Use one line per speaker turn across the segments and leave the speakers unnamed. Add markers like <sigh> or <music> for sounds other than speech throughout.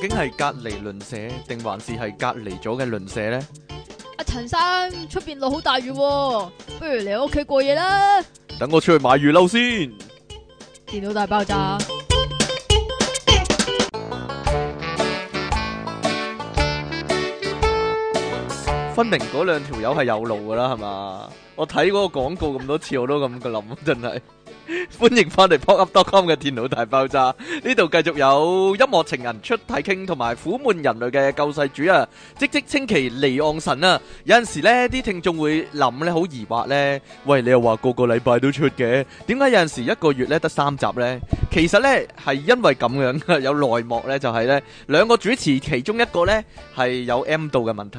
竟係隔離鄰舍，定還是係隔離咗嘅鄰舍咧？
阿陳生出邊落好大雨喎，不如嚟我屋企過夜啦！
等我出去買魚褸先。
電腦大爆炸，
分明嗰兩條友係有路噶啦，係嘛？我睇嗰個廣告咁多次，我都咁嘅諗，真係。歡迎翻嚟 pocket.com 嘅電腦大爆炸，呢度繼續有音樂情人出體傾，同埋苦悶人類嘅救世主啊！即即稱其離岸神啊！有陣時呢啲聽眾會諗呢，好疑惑呢：「喂，你又話個個禮拜都出嘅，點解有陣時一個月呢得三集呢？」其實呢係因為咁樣，有內幕呢就係呢兩個主持其中一個呢係有 M 度嘅問題，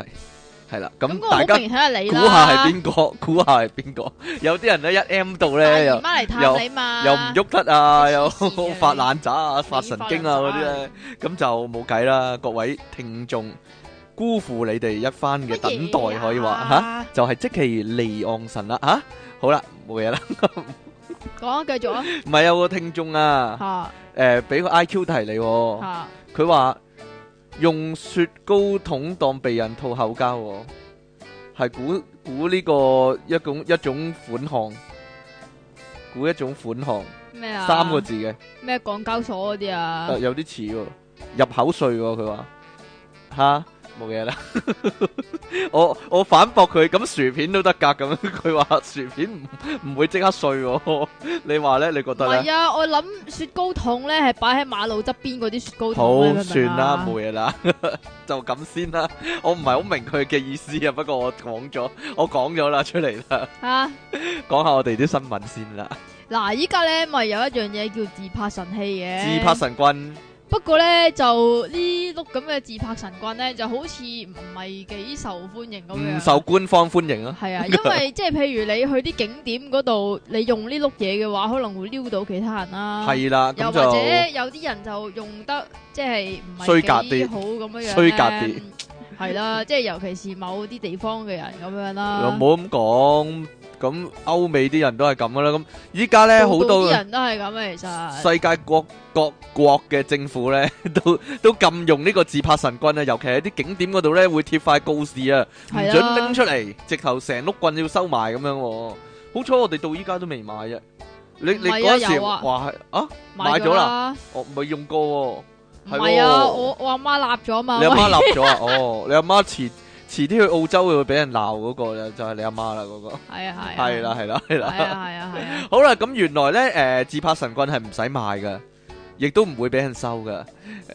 係啦，
咁
咁
嗰個好
大家
明顯係你
估
啦。
下係邊個？估下係邊個？有啲人呢一 M 度
大
呢
姨
又
媽。嚟
又
探你嘛？
又唔喐得啊，又
黐線嘅
發爛渣啊，發神經啊嗰
發
啲
爛渣
咧，咁就冇計啦。各位聽眾，辜負你哋一番嘅等待，
à.
可以話吓、
吓。
就係即其離岸神啦吓。好啦，冇嘢啦。
講啊，繼續啊，
唔係有個聽眾啊，
嚇
誒俾、個 I Q 題你、喎，
嚇，
佢話用雪糕筒當避孕套口交、喎，係估估呢個一種一種款項，估一種款項，
咩啊？
三個字嘅。
咩港交所嗰啲啊
啊，？有啲似喎，入口税喎，佢話吓冇嘢啦。 <laughs> 我我反駁佢，咁薯片都得㗎咁。 <laughs> 佢話薯片唔唔會即刻碎喎。 <laughs> 你話咧？你覺
唔
得咧？
係啊，我諗雪糕筒咧係擺喺馬路側邊嗰啲雪糕筒
好
你明唔明啊
算啦，冇嘢啦， <laughs> 就咁先啦。我唔係好明佢嘅意思啊，不過我講咗，我講咗啦出嚟啦，
啊
講下我哋啲新聞先啦。
嗱，依家咧咪有一樣嘢叫自拍神器嘅，
自拍神棍
不過咧就呢碌咁嘅自拍神棍咧就好似唔係幾受歡迎咁樣。啊
唔受官方歡迎啊！
係啊，因為即係譬如你去啲景點嗰度，你用呢碌嘢嘅話，可能會撩到其他人啦。
係啦，
啊又
咁
或者
就
有啲人就用得即係唔係
衰格啲
幾好咁樣樣
衰格啲
咧，係啦，即係尤其是某啲地方嘅人咁樣
又
啦。
唔好咁講，咁歐美啲人都係咁噶啦。咁依家咧好
度度
多
啲人都係咁嘅，其實
世界各各國嘅政府 <laughs> 咧，都都禁用呢個自拍神棍啊，尤其係啲景點嗰度咧會貼塊告示啊，唔
係
准拎
啦。
出嚟，直頭成碌棍要收埋咁樣喎。好彩我哋到依家都未買啫。你你
唔係啊
嗰陣時
有啊
話係啊，
買
買咗
咗啦，
我未用過
唔
係
係啊，
喎
我我阿媽立咗
喎，。
嘛
你阿媽立咗啊？哦，你阿媽遲遲啲去澳洲會俾人鬧嗰個就就係你阿媽啦嗰個，
係啊係啊。
係啦係啦 <laughs> 係
係啊
啦
係。啊係啊。
好啦，咁原來咧，誒、自拍神棍係唔使賣噶，亦都唔會俾人收噶。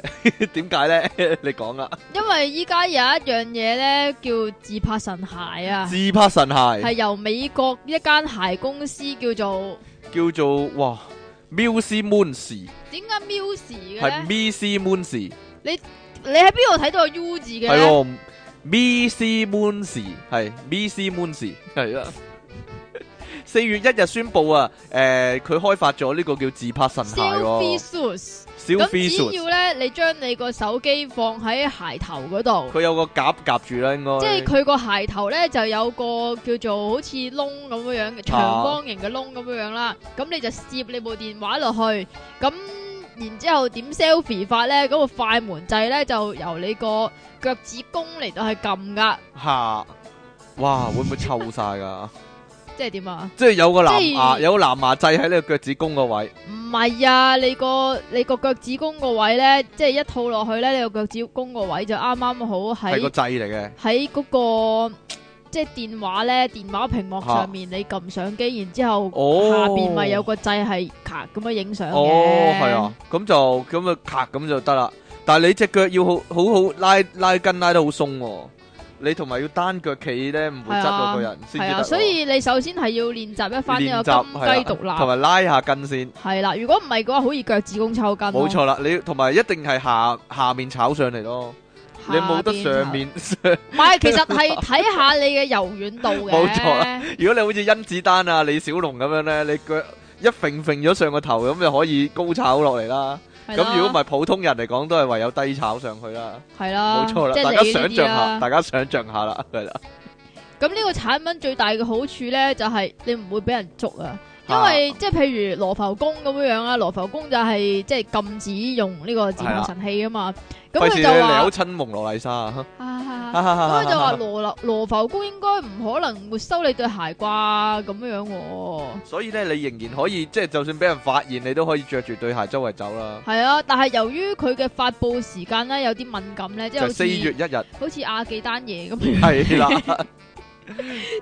<laughs> 點解咧？ <laughs> 你講啦，
因為依家有一樣嘢咧叫自拍神鞋啊，
自拍神
係
鞋
由美國一間鞋公司叫做
叫做哇 Muse Moons，
點解 Muse 嘅
係
咧？
Muse Moons，
你喺邊度睇到個 U 字嘅
係
咧？
喎 Muse Moons，係 Muse Moons，係啊。 <laughs> 四月一日宣布啊，誒、佢開發咗呢個叫自拍神鞋喎
Selfie shoes，
，selfie
咁只
shoes
要咧，你將你個手機放喺鞋頭嗰度，
佢有個夾夾住啦，應該。
即係佢個鞋頭咧就有個叫做好似窿咁樣樣嘅長方形嘅窿咁樣樣啦，咁你就攝你部電話落去，咁然之後點 selfie 法咧，嗰個快門掣咧就由你個腳趾公嚟到去撳噶，
嚇，哇，會唔會臭晒㗎？
即係點啊？
即係有個藍
即
牙，
係
有個藍牙掣喺你個腳趾公個位，
唔係啊，你個你個腳趾公個位咧，即係一套落去咧，你個腳趾公個位就啱啱好
係個
喺
掣嚟嘅。
喺嗰個即係電話咧，電話屏幕上面你撳相機，然之後
哦
下邊咪有個掣係咔咁樣影相嘅。
哦，係啊，，咁就咁啊，咔咁就得啦。但係你隻腳要好好好拉拉筋拉得好鬆喎，你同埋要單腳企咧，唔會側到個人先
係
至
啊，
得喎。
所以你首先係要練習一番呢
練
個金
習係
雞獨
啦同
立，
埋拉下筋先，
係啦。如果唔係嘅話，好易腳趾公抽筋咯。啊
冇錯啦。你同埋一定係下下面炒上嚟咯，
下
你
邊就，
冇得上面。
唔係，其實係 <laughs> 睇下你嘅柔軟度嘅。
冇錯啦 <laughs> 如果你好似甄子丹啊、李小龍咁樣咧，你腳一揈揈咗上個頭咁，就可以高炒落嚟啦。
係啦，
咁如果唔係普通人嚟講，都係唯有低炒上去啦，
係啦，
冇錯啦。
啊即係
大家
你呢
想
啲
象
啦
下，大家想象下啦，係啦，
咁呢個產品最大嘅好處咧，就係你唔會俾人捉啊！因為即係譬如羅浮宮咁樣樣啊，羅浮宮就係即係禁止用呢個自
係啦
動神器啊嘛，咁
費事
佢
你
就話
扭親蒙羅麗莎啊！
啊咁
咁
佢就話羅流羅浮宮應該唔可能沒收你對鞋啩咁樣樣喎，
<laughs> 所以咧，你仍然可以即係，就算俾人發現，你都可以着住對鞋周圍走啦。
係啊，但係由於佢嘅發布時間咧有啲敏感咧，即係
就
好
四月
似
一日
好似亞記單嘢咁樣，
係啦，
<laughs>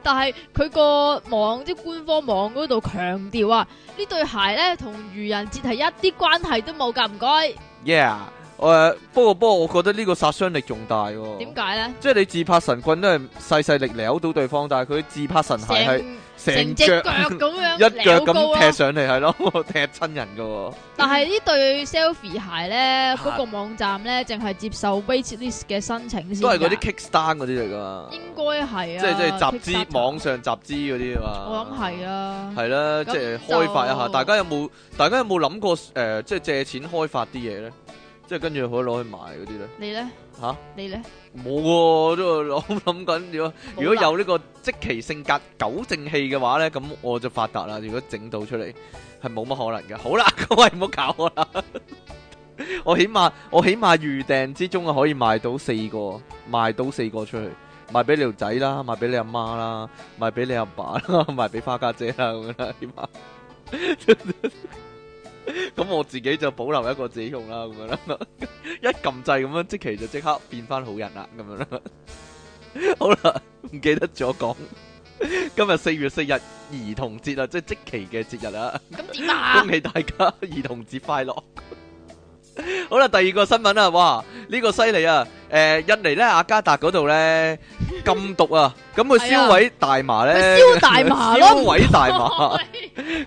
但係佢個網即係官方網嗰度強調啊，呢對鞋咧同愚人節係一啲關係都冇㗎，唔該，
yeah。誒，不過不過，我覺得呢個殺傷力仲大喎。
點解咧？
即係你自拍神棍都係細細力撩到對方，但係佢自拍神鞋係成
成成只
腳
腳咁
<laughs>
樣
一腳
撩
咁
高啊咯
踢上嚟，係咯， <laughs> 踢親人噶。
但係呢對 selfie 鞋咧，
啊
嗰、個網站咧，淨係接受 waitlist 嘅申請先㗎。
都係嗰啲 kickstand 嗰啲嚟噶，
啊應該係啊，
即係即係集
Kickstarter
資網。上集資嗰啲啊嘛。
我諗係啊，
係啦，
咁
即係
就
開發一下。大家有冇大家有冇諗過誒、呃即係借錢開發啲嘢咧？即係跟住可以攞去賣嗰啲咧？
你咧
吓
你咧，
冇喎，都諗諗緊。啊如果
冇
如果
啦
有呢個即其性格糾正器嘅話咧，咁我就發達啦。如果整到出嚟係冇乜可能嘅。好啦， <laughs> 各位唔好搞我啦。 <laughs> 我起碼我起碼預訂之中啊，可以賣到四個，賣到四個出去，賣俾你條仔啦，賣俾你阿媽啦，賣俾你阿爸啦， <laughs> 賣俾花家姐啦咁樣啦，起碼。 <laughs> 咁我自己就保留一個自己用啦，咁樣啦， <laughs> 一撳掣咁樣，即期就即刻變翻好人啦，咁樣啦。 <laughs> 好啦，唔記得咗講， <laughs> 今日四月四日兒童節啊，即係即期嘅節日啊，
咁點啊
恭？喜大家兒童節快樂！ <laughs> 好啦，第二個新聞啊，哇，呢、個犀利啊！誒、印尼咧雅加達嗰
<laughs>
度咧禁毒啊，咁佢
係啊
燒毀大麻
咪
咧，
燒大
<laughs>
麻咯，
燒毀大
<laughs>
麻，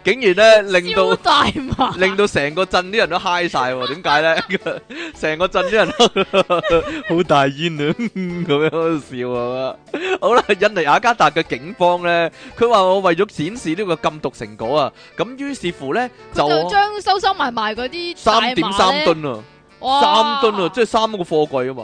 竟然咧令到
燒。大麻，
令到成個鎮啲人都嗨晒喎，點解咧？ <laughs> 成個鎮啲人都 <laughs> 好大煙啊，咁樣喺度笑啊！好啦，印尼雅加達嘅警方咧，佢話我為咗展示呢個禁毒成果啊，咁於是乎咧
佢就
就
將收收埋埋嗰啲
三點三
噸，
噸啊，
哇
三噸啊，即係三個貨櫃啊嘛！
係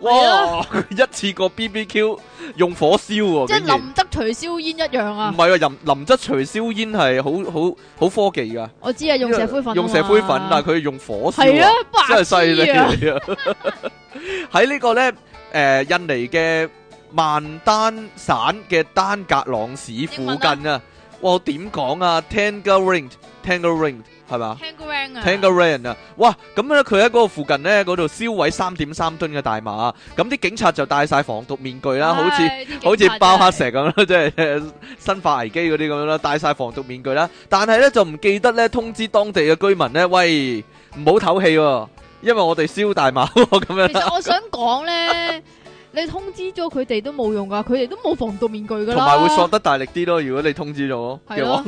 哇
啊！
一次過 BBQ 用火燒喎，
即係
竟然
林德除燒煙一樣
唔
啊！
係啊！林林則除燒煙係好好好科技㗎，
我知啊，用石灰粉啊嘛，
用石灰粉，但係佢用火燒
係
啊
啊。，白
真係犀
痴啊！
利啊！ <laughs> 喺呢個呢，誒、印尼嘅曼丹省嘅丹格朗市附近啊，哇！我點講啊？Tangerang，Tangerang 係嘛
Tangerang 啊
t a n g e r a n g 啊，哇！咁咧佢喺嗰個附近呢，嗰度燒毀三點三噸嘅大麻，啊咁啲警察就戴晒防毒面具啦，好似。
唉啲
好似
警察
爆黑
真係
石咁啦， <laughs> 即係誒生化危機嗰啲咁樣啦，戴晒防毒面具啦，但係咧就唔記得咧通知當地嘅居民咧，喂唔好唞氣喎，因為我哋燒大麻喎咁樣
其
啦，
實我想講咧， <laughs> 你通知咗佢哋都冇用噶，佢哋都冇防毒面具噶
同
啦。
埋會索得大力啲咯，如果你通知咗嘅話，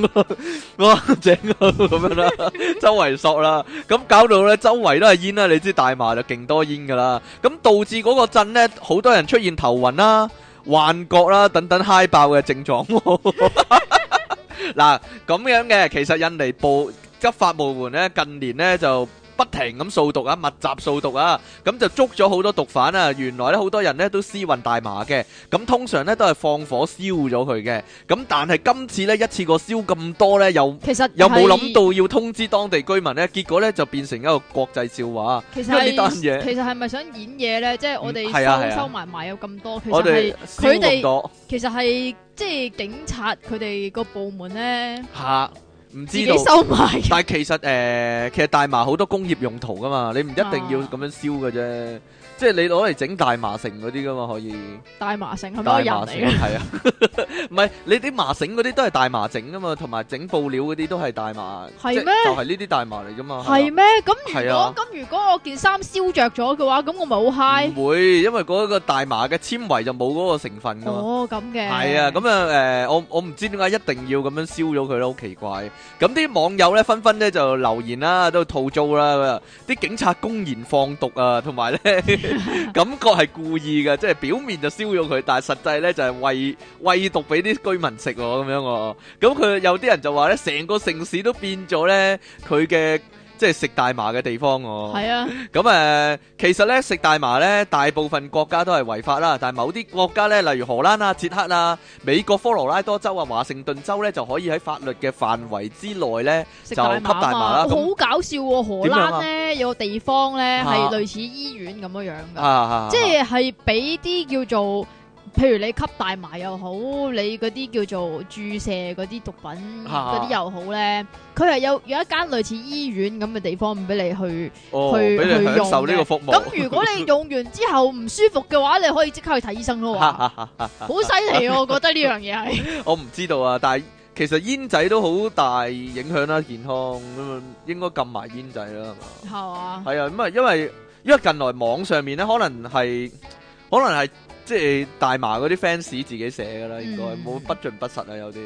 哇 <laughs> 正啊咁樣啦，周圍索啦，咁搞到咧周圍都係煙啦，你知大麻就勁多煙噶啦，咁導致嗰個鎮咧好多人出現頭暈啦、幻覺啦等等嗨爆嘅症狀喎。嗱咁樣嘅，其實印尼部執法部門咧近年咧就不停咁掃毒啊，密集掃毒啊，咁就捉咗好多毒販啊。原來咧好多人咧都私運大麻嘅，咁通常咧都係放火燒咗佢嘅。咁但係今次咧一次過燒咁多咧，又
其實
又冇諗，到要通知當地居民咧，結果咧就變成一個國際笑話。
其實
因為呢單
係
嘢
其實係咪想演嘢咧？即係我哋
嗯係啊係啊
收收埋埋有咁多，其
我
實
哋
係
燒
佢哋
咁多
其實係即係警察佢哋個部門咧
吓，唔
自
知
己
道。
收埋嘅。
但係其實誒、呃其實大麻好多工業用途噶嘛，你唔一定要咁樣燒嘅啫，即係你攞嚟整大麻繩嗰啲噶嘛，可以
大麻城係咪
大
個人
麻
嚟
繩
嘅？
係啊， <laughs> 唔係你啲麻繩嗰啲都係大麻整噶嘛，同埋整布料嗰啲都係大麻，
係
即
咩
就係呢啲大麻嚟噶嘛，
係咩？咁
係
如
啊
果咁如果我件衫燒着咗嘅話，咁我咪好
啊
high
唔會，因為嗰個大麻嘅纖維就冇嗰個成分噶嘛。
哦咁嘅。
嗯啊係啊，咁啊誒，我我唔知點解一定要咁樣燒咗佢咯，好奇怪。咁啲網友咧紛紛咧就留言啦，都吐槽啦，啲警察公然放毒啊，同埋咧感覺係故意嘅，即係表面就燒咗佢，但係實際咧就係餵餵毒俾啲居民食喎咁樣喎。咁佢有啲人就話咧，成個城市都變咗咧佢嘅。即係食大麻嘅地方喎。
系啊，
咁誒、呃其實咧食大麻咧，大部分國家都係違法啦，但係某啲國家咧，例如荷蘭啊、捷克啊、美國科羅拉多州啊、華盛頓州咧，就可以喺法律嘅範圍之內咧，
食
就
大麻
吸大
啊
麻啦
嘛，
咁
好搞笑喎！荷
點樣啊
蘭咧有個地方咧
啊
係類似醫院咁樣样
啊
噶，
啊，
即係係俾啲叫做，譬如你吸大麻又好，你嗰啲叫做注射嗰啲毒品
啊
嗰啲又好咧，佢係有有一間類似醫院咁嘅地方唔俾你去。
哦，
去
俾
去
你享
用
受呢
嘅
個服務。
咁如果你用完之後唔舒服嘅話，你可以即刻去睇醫生咯。話好犀利啊，我覺得呢樣嘢係
我唔知道啊，但係其實煙仔都好大影響啦健康，咁啊應該禁埋煙仔啦，係嘛？
係嘛？
係啊，咁啊，因為因為近來網上面咧，可能係可能係即係大麻嗰啲 fans 自己寫噶啦，應該
嗯
冇、不盡不實啊，有啲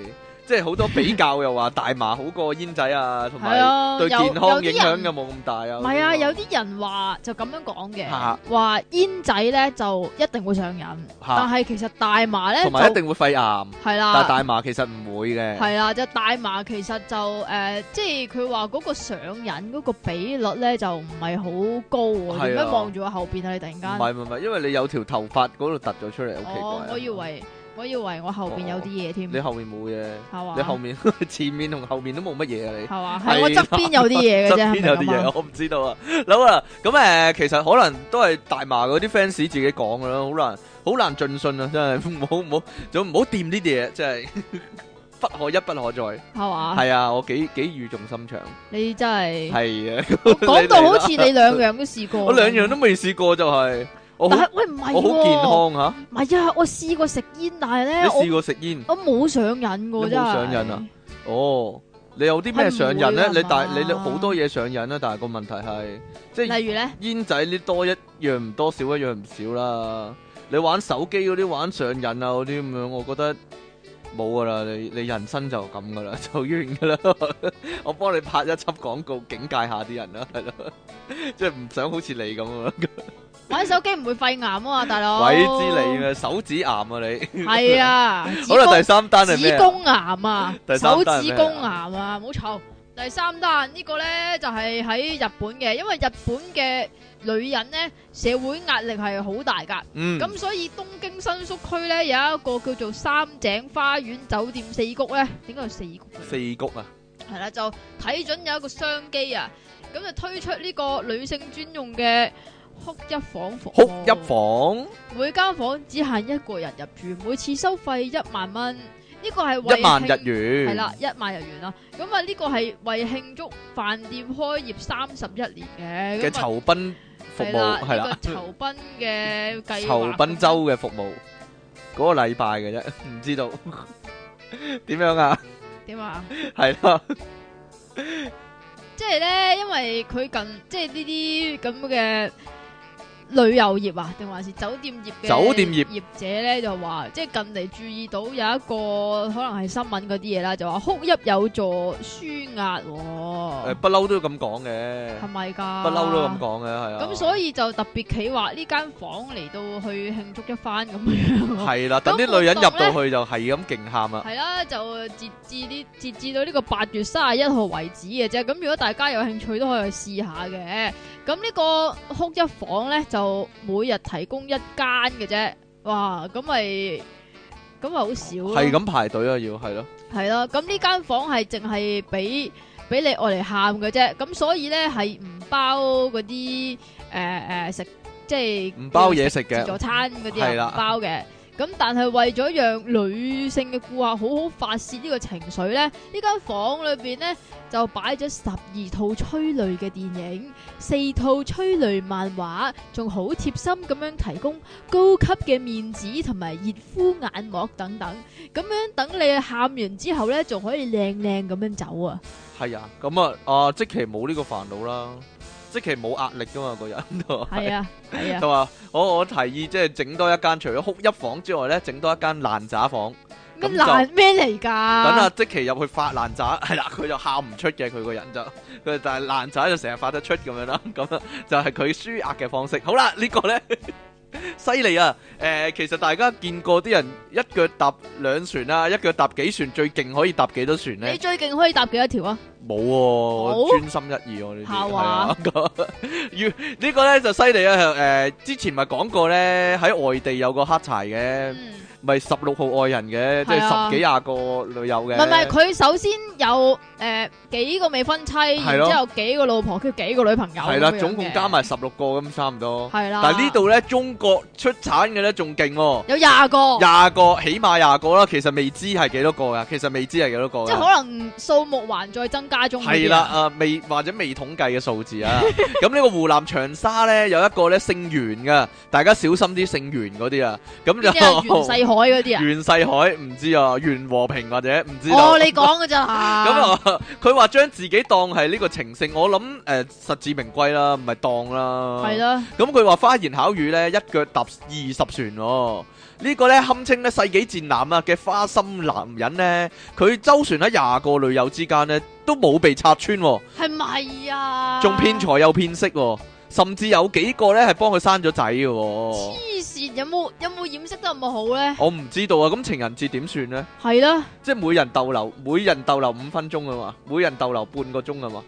即係好多比較又話大麻好過煙仔啊，同
係
埋
啊，有
對健康
有
影
啲
響
人
嘅冇咁大啊。
唔係啊，
嗰啲
有啲人話就咁樣講嘅
嚇，
話煙仔咧就一定會上癮，但
嚇
係其實大麻
啊
咧
同埋一
就
定會肺癌，
係
但係
啦，
大麻其實唔會嘅。
係啊啦，就大麻其實就誒，即係佢話嗰個上癮嗰個比率咧就唔係好高
係
喎。
啊
點解望住我後邊啊？你突然
唔
間，
係唔係，因為你有條頭髮嗰度突咗出嚟，好奇怪
哦
啊。，
我以為我以為我後邊有啲嘢添，
你
係
後面冇嘢，
嘛？
你後面 <laughs> 前面同後面都冇乜嘢啊你
系。嘛？
係
係我側邊有啲嘢嘅啫，
側邊有啲
係咪咁啊
嘢，我唔知道啊。好啊，咁誒、呃其實可能都係大麻嗰啲 fans 自己講噶啦，好難好難盡信啊，真係唔好
<laughs>
唔好，就唔好掂呢啲嘢，真係 <laughs> 不可一不可再。
係嘛？
係啊，我幾幾語重心長。
你真係
係
<laughs>
啊，
我講到好
你
似你兩樣都試過，
我兩樣都，未試過就係、我
啊但
好
係喂唔係
我好健康
喎。
嚇。
唔係啊，我試過食煙，但係咧
你試
哎我
過食煙？
我冇上癮
你冇
喎，真係。
上癮啊？哦，你有啲咩上癮
係
咧？
唔會㗎啊
你但
嘛
你你好多嘢上癮啊，但係個問題係即係。
例如咧，
煙仔呢多一樣唔多，少一樣唔少啦。你玩手機嗰啲玩上癮啊嗰啲咁樣，我覺得冇噶啦，你你人生就咁噶啦， <laughs> 就完噶啦。 <laughs> 我幫你拍一輯廣告，警戒下啲人啦，係咯， <laughs> 即係唔想好似你咁啊。
玩手機唔會肺癌啊嘛，大佬。
鬼知你咩？手指癌啊你！<laughs>
係啊，
好啦，第
子
三單
宮
係
子
咩啊？
宮癌啊，
第
手
三單係咩啊
指公癌啊，冇錯。第三單呢個咧就係喺日本嘅，因為日本嘅女人咧社會壓力係好大㗎。
嗯，
咁所以東京新宿區咧有一個叫做三井花園酒店四谷咧，點解有四谷嘅？
四谷啊，
係啦，就睇準有一個商機啊，咁就推出呢個女性專用嘅哭泣房服
哭
務
泣房
每間房只限一個人入住，每次收費一萬蚊。呢個係為
一萬
慶
日元，
係啦，，一萬日元啦。咁啊，呢個係為慶祝飯店開業三十一年嘅
嘅
咁啊
酬賓服
係
務係
啦，
啦
呢。個酬賓嘅計劃。
酬賓州嘅服務，嗰、個禮拜嘅 <laughs> 啫，唔知道 à? 點樣 <laughs> 啊？
點啊？
係啦，
即系咧，因为佢近即系呢啲咁嘅旅游业啊，定还是酒店业嘅
酒店業
业者咧，就话即系近嚟注意到有一个可能系新闻嗰啲嘢啦，就话哭泣有助舒压、
誒、
喎，
不嬲都咁講嘅
系，咪噶？
不嬲都咁。講嘅，係啊。
咁所以就特別企劃呢間房嚟到去慶祝一番咁
<laughs>
樣咯，
係啦，等
咁
啲女人入
活動
到
呢
去就係咁勁喊啦。
係啦，就截至呢截至到呢個八月三十一號為止嘅啫。咁如果大家有興趣都可以去試下嘅。咁呢個哭泣房咧就每日提供一間嘅啫。哇，咁咪咁咪好少咯。
係咁排隊啊，要係咯，
係咯。咁呢間房係淨係俾俾你愛嚟喊嘅啫。咁所以咧係唔包嗰啲誒誒食，即係
唔包嘢食
自
嘅，
助餐嗰啲
係
係
啦
唔包嘅。咁但係為咗讓女性嘅顧客好好發泄呢個情緒咧，呢間房裏邊咧就擺咗十二套催淚嘅電影，四套催淚漫畫，仲好貼心咁樣提供高級嘅面紙同埋熱敷眼膜等等。咁樣等你喊完之後咧，仲可以靚靚咁樣走啊！
係啊。咁啊，啊即其冇呢個煩惱啦，即其冇壓力噶嘛，個人都
係啊，係啊，
就話我我提議即係整多一間，除咗哭泣房之外咧，整多一間爛渣房。
咩
咁就
爛咩嚟㗎？
等阿即奇入去發爛渣， <laughs> 係啦，佢就喊唔出嘅，佢個人就佢但係爛渣就成日發得出咁樣啦， <laughs> 咁啊就係佢舒壓嘅方式。好啦，呢、個呢， <laughs> 犀利啊！誒、其實大家見過啲人一腳踏兩船啊，一腳踏幾船，最勁可以踏幾多船呢？
你最勁可以搭幾多條啊？
冇喎，我專心一意我呢啲
嚇
係
話
啊， <laughs> 要呢個咧就犀利啊！誒，之前咪講過咧，喺外地有個黑柴嘅，
嗯
咪十六號愛人嘅，即
係
係
啊
十幾廿個女友
唔
嘅。
係唔係，佢首先有诶几個未婚妻，
係
然
咯
之后幾個老婆，跟住幾個女朋友咁樣嘅，
係啦，總共加埋十六個咁差唔多。
係啦。
但係呢度咧，中國出產嘅咧仲勁喎，
有廿個，
廿個啊起碼廿個啦，其實未知係幾多個㗎，其實未知係幾多個㗎。
即係可能數目還在增加中嗰啲啊。
係啦，啊未或者未統計嘅數字
<laughs>
啊。咁呢個湖南長沙呢，有一個呢姓袁嘅，大家小心啲姓袁嗰啲啊。咁
呢啲係袁世
就
海
<laughs>
嗰啲啊。
袁世海唔知啊，袁和平或者唔知道。
哦，你講嘅咋吓？
咁啊， <laughs> 佢話將自己當係呢個情聖，我諗誒、呃實至名歸啦，唔係當啦。
係啦，
咁佢話花言巧語咧，一腳踏二十船喎、呢個咧堪稱咧世紀戰艦啊嘅花心男人咧，佢周旋喺廿個女友之間咧，都冇被拆穿、喎，
係咪啊？
仲騙財又騙色、喎，甚至有幾個咧係幫佢生咗仔嘅、喎。
黐線，有冇有冇掩飾得咁好咧？
我唔知道啊，咁情人節點算呢？
係啦，
即係每人逗留，每人逗留五分鐘啊嘛，每人逗留半個鐘啊嘛，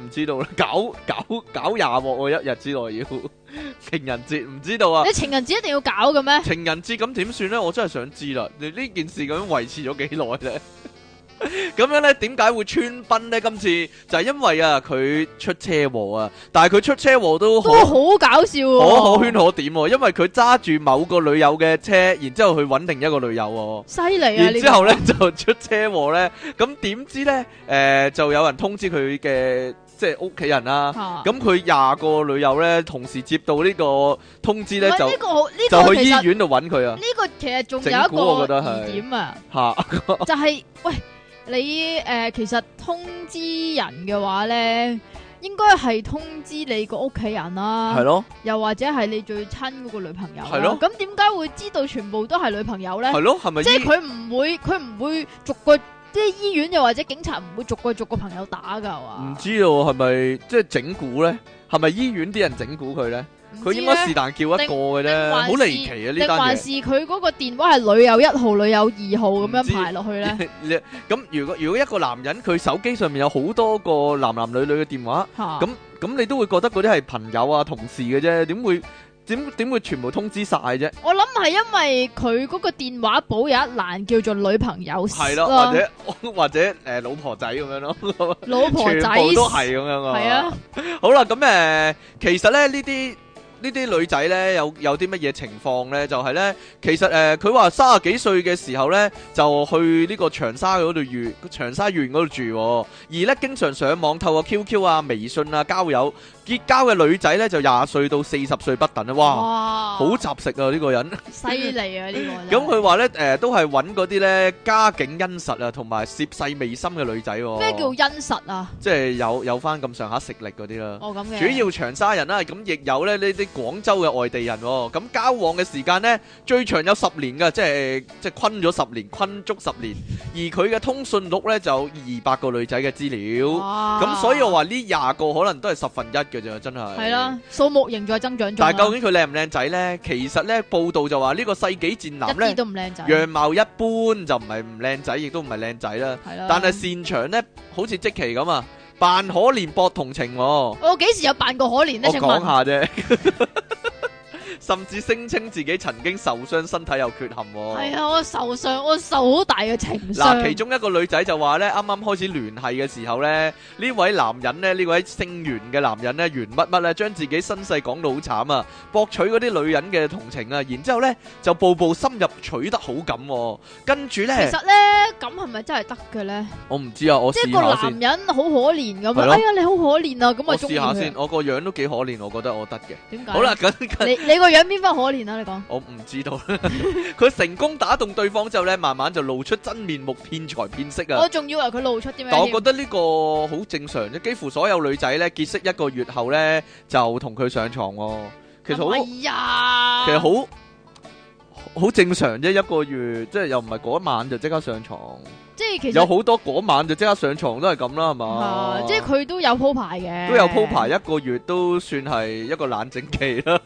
唔知道啦，搞搞搞廿鑊喎，一日之內要 <laughs> 情人節，唔知道啊。
你情人節一定要搞嘅咩？
情人節咁點算呢？我真係想知啦，你呢件事咁樣維持咗幾耐呢？ <laughs> 咁樣呢，點解會穿崩呢？今次就係因為啊，佢出車禍啊，但係佢出車禍都
都
可
好搞笑喎，
可可圈可點喎，因為佢揸住某個女友嘅車，然之後去揾另一個女友喎。
犀利啊！
然
呢
之後
個
咧就出車禍咧，咁點知咧？誒、就有人通知佢嘅即係屋企人啦、
嚇
咁佢廿個女友咧，同時接到呢個通知咧，
唔係
就
呢個好呢
就
個
去
其
醫
實
院度揾佢啊！
呢個其實仲有
整蠱我
一
覺得
個
係
疑點啊，
嚇
就係喂你誒其實通知人嘅話咧。應該係通知你個屋企人啦
係，咯，
又或者係你最親嗰個女朋友啦。
係咯
咁點解會知道全部都係女朋友咧？
係咯，係咪
啊即係
醫
佢唔會，佢唔會逐個，即係醫院又或者警察唔會逐個逐個朋友打噶，係嘛？
唔知道係咪即係整蠱咧？係咪醫院啲人整蠱佢咧？
唔
佢
知
應該
咧
是但叫一個嘅啫，
定還
好
是
離奇啊！呢
定
單
還
嘢
是。佢嗰個電話係女友一號、女友二號咁
唔知
樣排落
<laughs>
去咧？
你咁如果如果一個男人佢手機上面有好多個男男女女嘅電話。
吓
咁咁你都會覺得嗰啲係朋友啊、同事嘅啫，點會點點會全部通知晒啫？
我諗係因為佢嗰個電話簿有一欄叫做女朋友
係
咯，
咯，或者 <laughs> 或者誒、老婆仔咁樣咯，
老啊婆
<laughs> 全
仔
部都係咁樣啊。
係啊，
好啦，咁誒、其實咧呢啲。呢啲女仔呢，有有啲乜嘢情況呢？就係、呢，其實誒佢話三十幾歲嘅時候呢，就去呢個長沙嗰度住，長沙縣嗰度住喎、而呢，經常上網透過 QQ 啊、微信啊交友，結交嘅女仔呢，就廿歲到四十歲不等啊！哇
哇，
好雜食啊！呢、個
<laughs>
人，
犀利啊呢個
咁
真係。
佢話呢，誒、呃都係揾嗰啲呢家境殷實啊，同埋涉世未深嘅女仔喎、
咩叫殷實啊？
即係有有翻咁上下食力嗰啲啦。
哦咁嘅，
主要長沙人啦、咁亦有咧呢啲廣州嘅外地人喎、咁交往嘅時間呢，最長有十年嘅，即係即係坤咗十年，坤足十年。而佢嘅通訊錄呢，就二百個女仔嘅資料，
哇
咁所以我話呢廿個可能都係十分一嘅啫，真係。
係啦，數目仍在增長中啊。
但係究竟佢靚唔靚仔呢？其實呢，報道就話呢個世紀戰男
一啲
呢，
都唔靚仔，
樣貌一般就唔係唔靚仔，亦都唔係靚仔啦。
係啦。
但係擅長呢，好似即奇咁啊，扮可憐博同情喎、
我幾時有扮過可憐呢？
我
請
講
問
下啫。 <laughs> 甚至聲稱自己曾經受傷，身體有缺陷、喎。
係啊，我受傷，我受好大嘅情傷。
嗱，其中一個女仔就話呢，啱啱開始聯繫嘅時候呢，呢位男人呢，呢位姓袁嘅男人呢，袁乜乜呢，將自己身世講到好慘啊，博取嗰啲女人嘅同情啊，然之後呢，就步步深入取得好感、喎。跟住呢，
其實咧，咁係咪真係得嘅咧？
我唔知啊，我
即
試
係個
下先
男，人好可憐咁
係
啊！
咯
哎呀，你好可憐啊！咁
我
咪中意
試下
佢
先，
啊。
我個樣都幾可憐，我覺得我得嘅。
點解？
好啦，，咁
<laughs> 你你個樣邊番可憐啊？
<laughs>
你講
我唔知道啦。佢成功打動對方之後呢，慢慢就露出真面目，騙財騙色啊
我！仲以為佢露出啲咩
但我覺
添？
得呢個好正常啫，幾乎所有女仔呢，結識一個月後呢，就同佢上床喎。其實好，
哎
其
呀，
實好好正常啫。一個月即係又唔係嗰晚就即刻上床，
即係其實
有好多嗰晚就即刻上床都係咁啦，係嘛
啊？即係佢都
<laughs>
有鋪排嘅，
都有鋪排，一個月都算係一個冷靜期啦。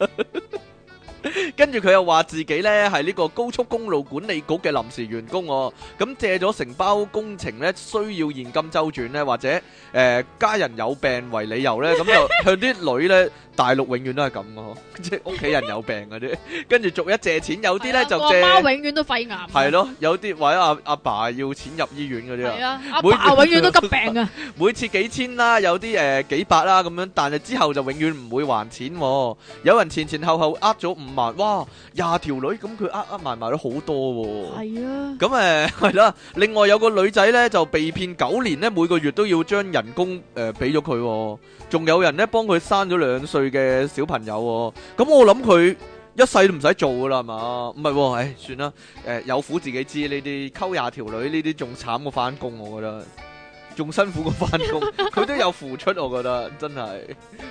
跟住佢又話自己呢係呢個高速公路管理局嘅臨時員工喎、咁借咗承包工程呢，需要現金周轉呢，或者誒、呃家人有病為理由呢，咁就 <laughs> 向啲女 <laughs> 呢，大陸永遠都係咁嘅，即係屋企人有病嗰啲，跟住逐一借錢，有啲呢就借
啊阿媽永遠都肺癌，啊
係，咯，有啲或者阿阿爸要錢入醫院嗰啲啊
係。啊，阿
每
爸永遠都急
<laughs>
病啊，
每次幾千啦，有啲誒、呃、幾百啦咁樣，但係之後就永遠唔會還錢喎、有人前前後後呃咗五萬，哇廿條女咁佢呃呃埋埋咗好多喎、
係啊，
咁誒 <laughs> 係啦，另外有個女仔呢，就被騙九年呢，每個月都要將人工誒俾咗佢喎，仲、有人呢幫佢生咗兩歲嘅小朋友喎、咁我諗佢一世都唔使做噶啦，係嘛？唔係喎，唉，算啦，誒、有苦自己知，你哋溝廿條女呢啲仲慘過翻工，我覺得。仲辛苦過翻工，佢都有付出，我覺得真係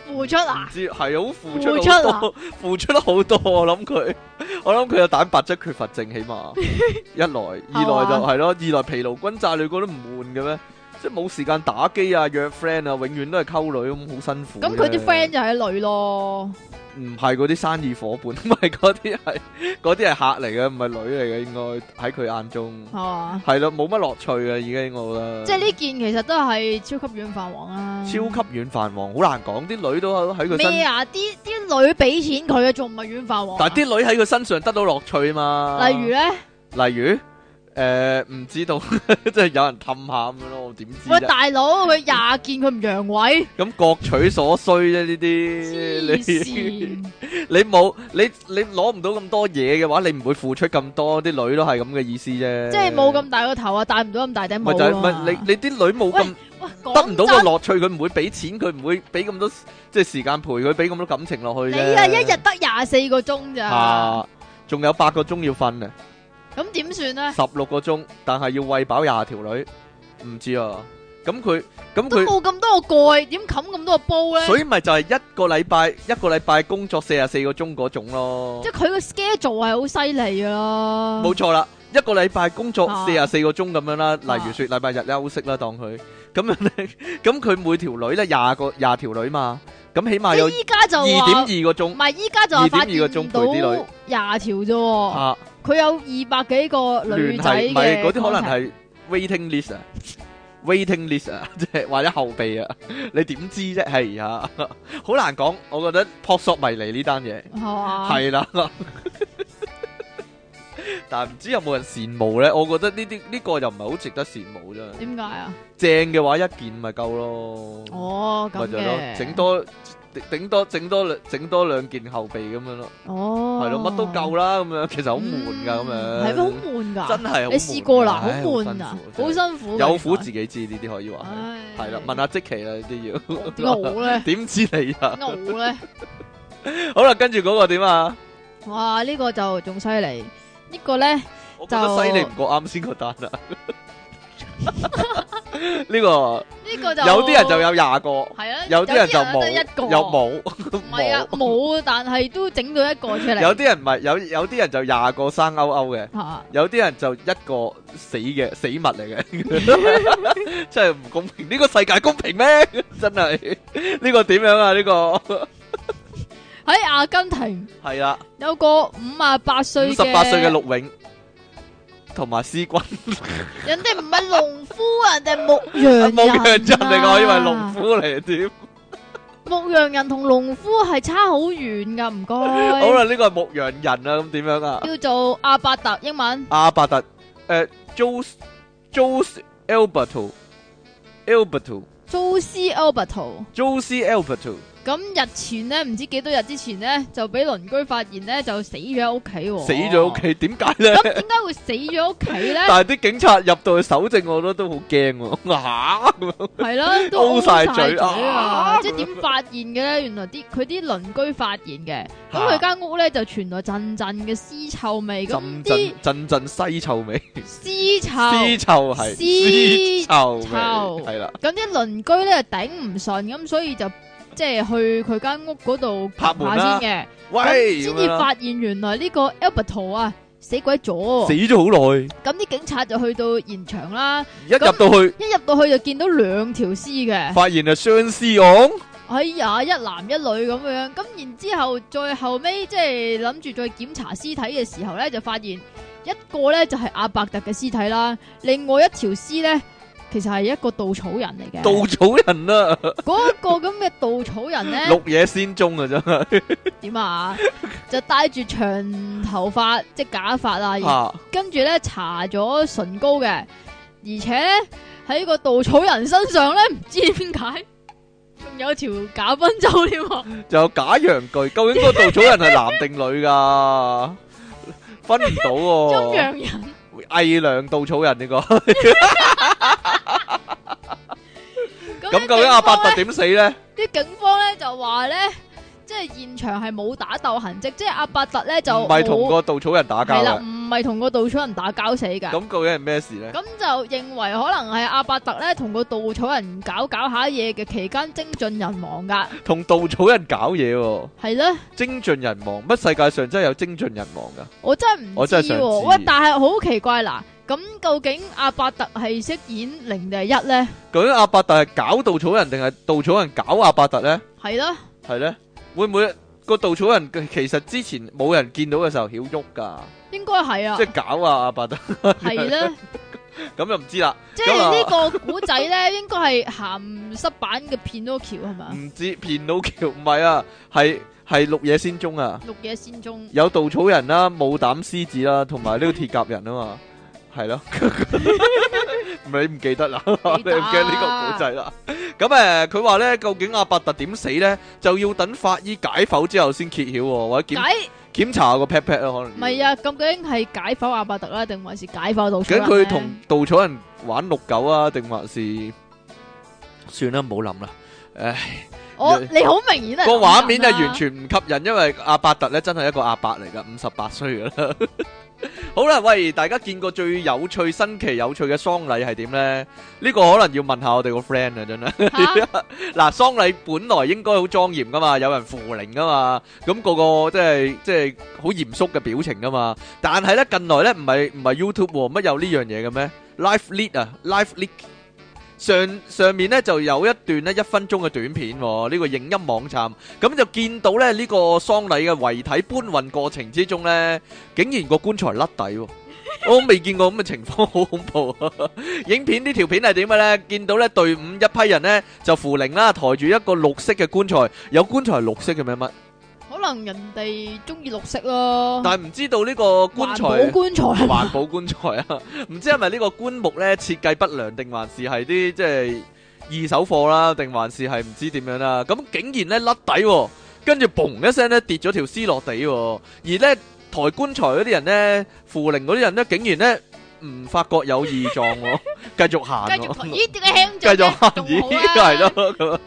付出
唔
啊，
知係好付
付出
出
啊
好多， <laughs> 付出得好多。我諗佢， <laughs> 我諗佢有蛋白質缺乏症，起
<laughs>
碼一來，二來就係咯，二來疲勞轟炸，你覺得唔悶嘅咩？即係冇時間打機啊、約 friend 啊，永遠都係溝女咁，好辛苦啫。
咁佢啲 friend 就係女咯，
唔係嗰啲生意伙伴，唔 <laughs> 係嗰啲係嗰啲係客嚟嘅，唔係女嚟嘅，應該喺佢眼中
係嘛？
係咯，冇乜樂趣嘅已經，我覺得。
哦即係呢件其實都係超級軟飯王啦，
超級軟飯王，好難講，啲女都喺佢身
咩啊？啲啲女俾錢佢嘅，仲唔係軟飯王啊？
但係啲女啊喺佢身上得到樂趣嘛。
例如咧，
例如，诶、唔知道， <laughs> 即係有人氹下咁樣咯，我點知啊
喂
啫？
大佬，佢廿件佢唔讓位，
咁各取所需啫，呢
黐
啲你
線，
你冇你你攞唔到咁多嘢嘅話，你唔會付出咁多，啲女都係咁嘅意思啫。
即係冇咁大個頭啊，戴唔到咁大頂帽
咪就係咪你
啊！
你啲女冇咁
哇，
得唔到個
講真
樂趣，佢唔會俾錢，佢唔會俾咁多即係時間陪佢，俾咁多感情落去啫。
你啊，一日得廿四個鐘咋，
啊，仲有八個鐘要瞓啊！
咁點算咧？
十六個鐘，但係要喂飽廿條女，唔知啊。咁佢咁
都
佢，
冇咁多個蓋，點冚咁多個煲咧？
所以咪就係一個禮拜一個禮拜工作四十四個鐘嗰種咯
即。係佢個 schedule 係好犀利啊噶咯。
冇錯啦，一個禮拜工作
啊
四十四個鐘咁樣
哦
啦。例如说禮拜日休息啦，當佢咁樣咧， <laughs> 咁佢每條女咧廿個廿條女嘛，咁起碼有
即係依啊家就
二
話
點二個
唔
鐘
係依家就話發
2.2個
現
鐘陪
到
啲女
廿條啫喎，
啊，
佢有二百幾個哦女
聯
仔
繫咪
嘅
嗰啲可
contact
能係 waiting list 啊。waiting list 啊， <laughs> 即係或者後備啊，你點知啫？係啊，好難講，我覺得撲朔迷離呢單嘢。
係嘛？
系啦。但唔知有冇人羨慕咧？我覺得呢啲呢個又唔係好值得羨慕啫。
點解啊？
正嘅話一件咪夠咯，
哦，
咪
咁
就係咯，
嘅，
整多頂多整多兩整多兩件後備咁樣咯，
哦，
係咯，乜都夠啦咁樣， <laughs> 其實好悶噶咁
嗯係咩？
樣，
好悶㗎，
真係好
你
悶
試
㗎
過啦，好
唉
悶啊，
辛
好
苦真係
辛苦㗎，
有苦
原來
自己知呢啲可以話
唉
係係啦，問
<laughs>
下即奇啦呢啲要， <laughs>
牛咧，
點知你啊？
牛咧，
好啦，跟住嗰個點啊？
哇！呢個就仲犀利，呢個咧
我覺得犀利唔過啱先嗰單
<laughs>
啊！呢個有
呢個就
啲人就有廿個，
係啊，
有啲人就
得一個
冇，又冇，
唔係啊，
冇。
冇，但係都整到一個出嚟。
有
<laughs>
啲人唔係有有啲人就廿個生勾勾嘅， <laughs>
嚇
有啲人就一個死嘅死物嚟嘅，真係唔公平。呢個世界公平咩？ <laughs> 真係呢個點樣啊？呢個
喺阿根廷
係啦，
有個五啊八
五
歲
十八歲嘅陸永同埋思君，
人哋唔係農夫啊，人哋係牧羊人
冇嘅人嚟
嚟
㗎，我以為農夫嚟添。
牧羊人同農夫係差好遠噶，唔該。
好啦，呢個係牧羊人啊，咁點樣啊？
叫做阿伯特，英文
阿伯特，誒 j o s j o s Alberto Alberto
Josie Alberto。
j o s Alberto，
咁日前咧，唔知幾多日之前咧，就俾鄰居發現咧，就死咗喺屋企喎。
死咗屋。企，點解咧？
咁點解會死咗屋企咧？
<laughs> 但係啲警察入到去搜證，我覺得都好驚喎，嚇咁樣
係啦，都
O 晒嘴
啊！
啊
即係點發現嘅咧？原來啲佢啲鄰居發現嘅，咁佢間屋咧就傳來陣陣嘅屍臭味，咁
陣
啲
陣陣陣西臭味，屍
屍臭，
臭係
屍
屍臭味，
臭
係啦，
咁啲鄰居咧就頂唔順，咁所以就即係去佢間屋嗰度
拍門啦
下先嘅，
喂，
咁先
咁樣
至
啦
發現原來呢個 Alberto 啊死鬼咗
死
喎，
咗
咁啲警察就去到現場啦，
好耐，一入到去
一入到去就見到兩條屍嘅，
發現係雙屍案，
哎呀，一男一女咁樣，咁然之後再後尾即係諗住再檢查屍體嘅時候咧，就發現一個咧就係、阿伯特嘅屍體啦，另外一條屍咧其實係一個稻草人嚟
<laughs>
嘅。
稻草人啦，
嗰一個咁嘅稻草人咧，
綠野仙蹤啊，真係
點啊？就戴住長頭髮，即係假髮啦，然
吓
跟住咧搽咗唇膏嘅，而且咧喺個稻草人身上咧，唔知點解仲有條假賓州添啊！
就有假洋具，究竟嗰個稻草人係男定女㗎？分唔到
中
喎，
洋人
偽娘稻草人呢個，咁
咁
究竟阿伯
伯
特點死咧？
啲警方咧就話咧，即係現場係冇打鬥痕跡，即係阿伯特咧就
唔係同
冇
個稻草人打交
係啦，
嘅，
唔係同個稻草人打交死㗎。
咁究竟係咩事咧？
咁就認為可能係阿伯特咧同個稻草人搞搞下嘢嘅期間精盡人亡㗎，
同稻草人搞嘢喎，
係咧。
精盡人亡，乜世界上真係有精盡人亡㗎？
我真係唔
我真係
知
想
喎，
知
喂！但係好奇怪嗱，咁究竟阿伯特係飾演零定係一咧？
究竟阿伯特係搞稻草人定係稻草人搞阿伯特咧？
係啦，
係咧，會唔會個稻草人其實之前冇人見到嘅時候曉喐㗎？
應該係啊
即，係搞啊阿伯特，
係啦，
咁就唔知啦。
即係呢個 <laughs> 古仔咧，應該係鹹濕版嘅片多橋係嘛？
唔知片老橋唔係啊，係係綠野仙蹤 <laughs> 啊，
綠野仙蹤
有稻草人啦、冇膽獅子啦，同埋呢個鐵甲人啊嘛，係咯。唔 <laughs> 係你唔記得啦，你唔記得呢個古仔啦。咁誒，佢話咧，究竟阿伯特點死咧，就要等法醫解剖之後先揭曉喎，或者檢
解
檢查個 pat pat 咯，可能要。
唔係啊？究竟係解剖阿伯特啦，定還是解剖
究
到？
竟佢同稻草人玩六九啊，定還是算啦，唔好諗啦。
我你好明顯係
個畫面就
男人啊
完全唔吸引，因為阿伯特咧真係一個阿伯嚟噶，五十八歲噶啦。 <laughs> 好啦，喂，大家見過最有趣、新奇、有趣嘅喪禮係點呢？呢、個可能要問下我哋個 friend 啊，真係。
嚇
嗱，喪禮本來應該好莊嚴噶嘛，有人扶靈噶嘛，咁、個個即係即係好嚴肅嘅表情噶嘛。但係呢，近來呢唔係唔係 YouTube 喎、乜有呢樣嘢嘅咩？Live Lead 啊，Live Lead。上上面咧就有一段咧一分鐘嘅短片喎、呢、個影音網站咁就見到咧呢、個喪禮嘅遺體搬運過程之中咧，竟然個棺材甩底喎、我未見過咁嘅情況，好恐怖啊！影片呢條片係點嘅呢？見到呢隊伍一批人呢，就扶靈啦，抬住一個綠色嘅棺材，有棺材係綠色嘅咩
哦
乜？
可能人哋中意綠色咯，
但係唔知道呢個棺材
環保棺材
環保棺材啊， <laughs> 唔知係咪呢個棺木呢設計不良，定還是係啲即係二手貨啦，定還是係唔知點樣啦？咁竟然呢甩底喎、跟住嘣一聲呢跌咗條絲落地喎、而呢抬棺材嗰啲人呢，扶靈嗰啲人呢，竟然呢唔發覺有異狀
<laughs>
喎、繼續行喎、
繼續抬咦點解輕
繼
咗
續行 <laughs>
嘅？仲好啊
咦，係咯，咁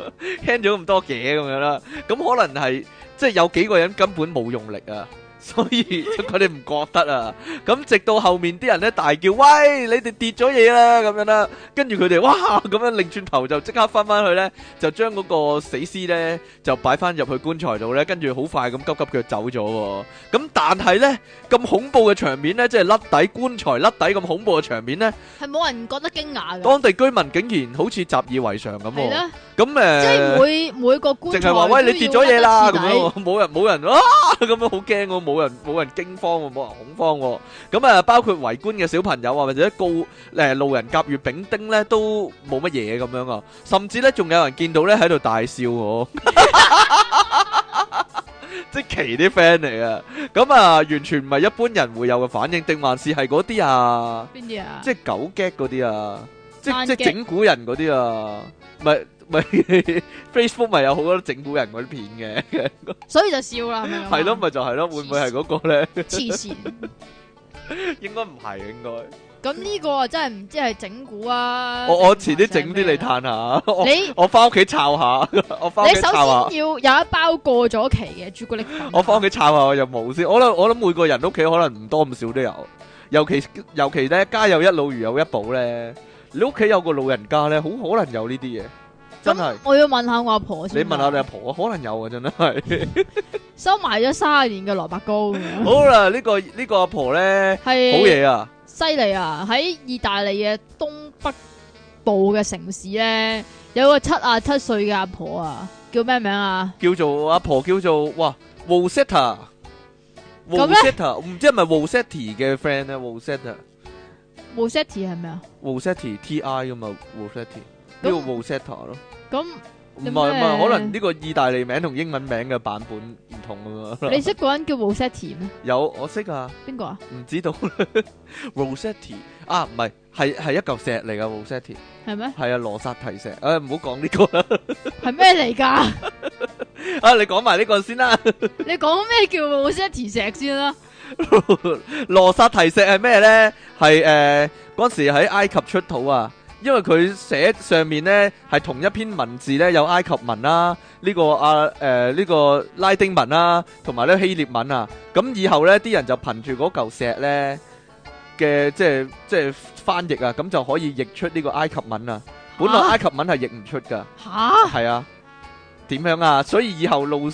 聽咗咁多嘢咁樣啦，咁可能係即係有幾個人根本冇用力 <laughs> 啊，所以佢哋唔覺得啊，咁直到後面啲人咧大叫：喂，你哋跌咗嘢啦！咁樣啦，跟住佢哋哇咁樣擰轉頭就即刻翻翻去咧，就將嗰個死屍咧就擺翻入去棺材度咧，跟住好快咁急急腳走咗喎。咁但係咧咁恐怖嘅場面咧，即係甩底棺材甩底咁恐怖嘅場面咧，
係冇人覺得驚訝嘅。
當地居民竟然好似習以為常咁
係
喎。
啦，
咁誒，
即係每每個棺
淨
材
係話喂你跌咗嘢啦咁樣
樣。
喎，冇人冇人啊咁樣好驚喎，冇人冇人驚慌喎，冇人恐慌喎。咁啊，包括圍觀嘅小朋友啊，或者告誒路人甲乙丙丁咧，都冇乜嘢咁樣啊。 <laughs> 甚至咧，仲有人見到咧喺度大笑喎。即奇啲 friend 嚟啊！咁啊，完全唔係一般人會有嘅反應，定還是係嗰啲啊？
邊啲啊？
即係狗 g 嗰啲啊，即
單
即
gag
整蠱人嗰啲啊，咪咪 Facebook 咪有好多整蠱人嗰啲片嘅，
所以就笑啦，係咪咁啊
係咯，咪就係咯，會唔會係嗰個咧？
黐線。
應該唔係，應該。
咁呢個啊真係唔知係整蠱啊！
我我遲啲
定還是
整啲你
係咩啊
嘆下，我
你
我翻屋企抄下， <laughs> 我翻屋
你
企
首
抄下
先，要有一包過咗期嘅朱古力粉啊。
我翻屋企抄下我又冇先。我諗我諗每個人屋企可能唔多唔少都有，尤其尤其咧家有一老如有一寶咧，你屋企有個老人家咧，好可能有呢啲嘢，真係
咁。我要問下我阿婆先
你
啊。
問下你阿婆，可能有啊，真係。
收埋咗卅年嘅蘿蔔糕咁樣，
好啦，呢、個呢、個阿婆咧，好
係
嘢啊！
犀利啊！喺意大利嘅東北部嘅城市咧，有個七啊七歲嘅阿婆啊，叫咩名啊？
叫做阿婆叫做哇 w o s e t a w
咁
o
呢
s e t a 唔知係咪 w o s e t i 嘅 friend 咧 w o s e t a
m o s e t t i 係咪啊？
w o s e t i T I 咁啊 w o s e t i
咁
呢個 w o s e t a 咯， <laughs>
咁
唔
你
係
咩
唔係，可能呢個意大利名同英文名嘅版本唔同咁樣。
你識個人叫 m o s e t t i 咩？
有我 <laughs> 識啊，
邊個啊？
唔知道 w o s e t i 啊，唔係係係一嚿石嚟噶 w o s e t i
係
<laughs>
咩？
係啊羅薩提石，誒唔好講呢個啦，
係咩嚟㗎？ <laughs>
啊你講埋呢個先啦。
你講咩叫 m o s e t t i 石先啦？
<laughs> 羅薩提石係咩呢？係诶嗰時喺埃及出土啊，因為佢寫上面呢係同一篇文字呢，有埃及文啦、呢、個啊诶呢個拉丁文啦、同埋呢希臘文啊。咁以後呢啲人就憑住嗰嚿石呢嘅即係即系翻譯啊，咁就可以譯出呢個埃及文啊。本來
啊
埃及文係譯唔出㗎。
吓？
系啊，點樣啊？所以以後路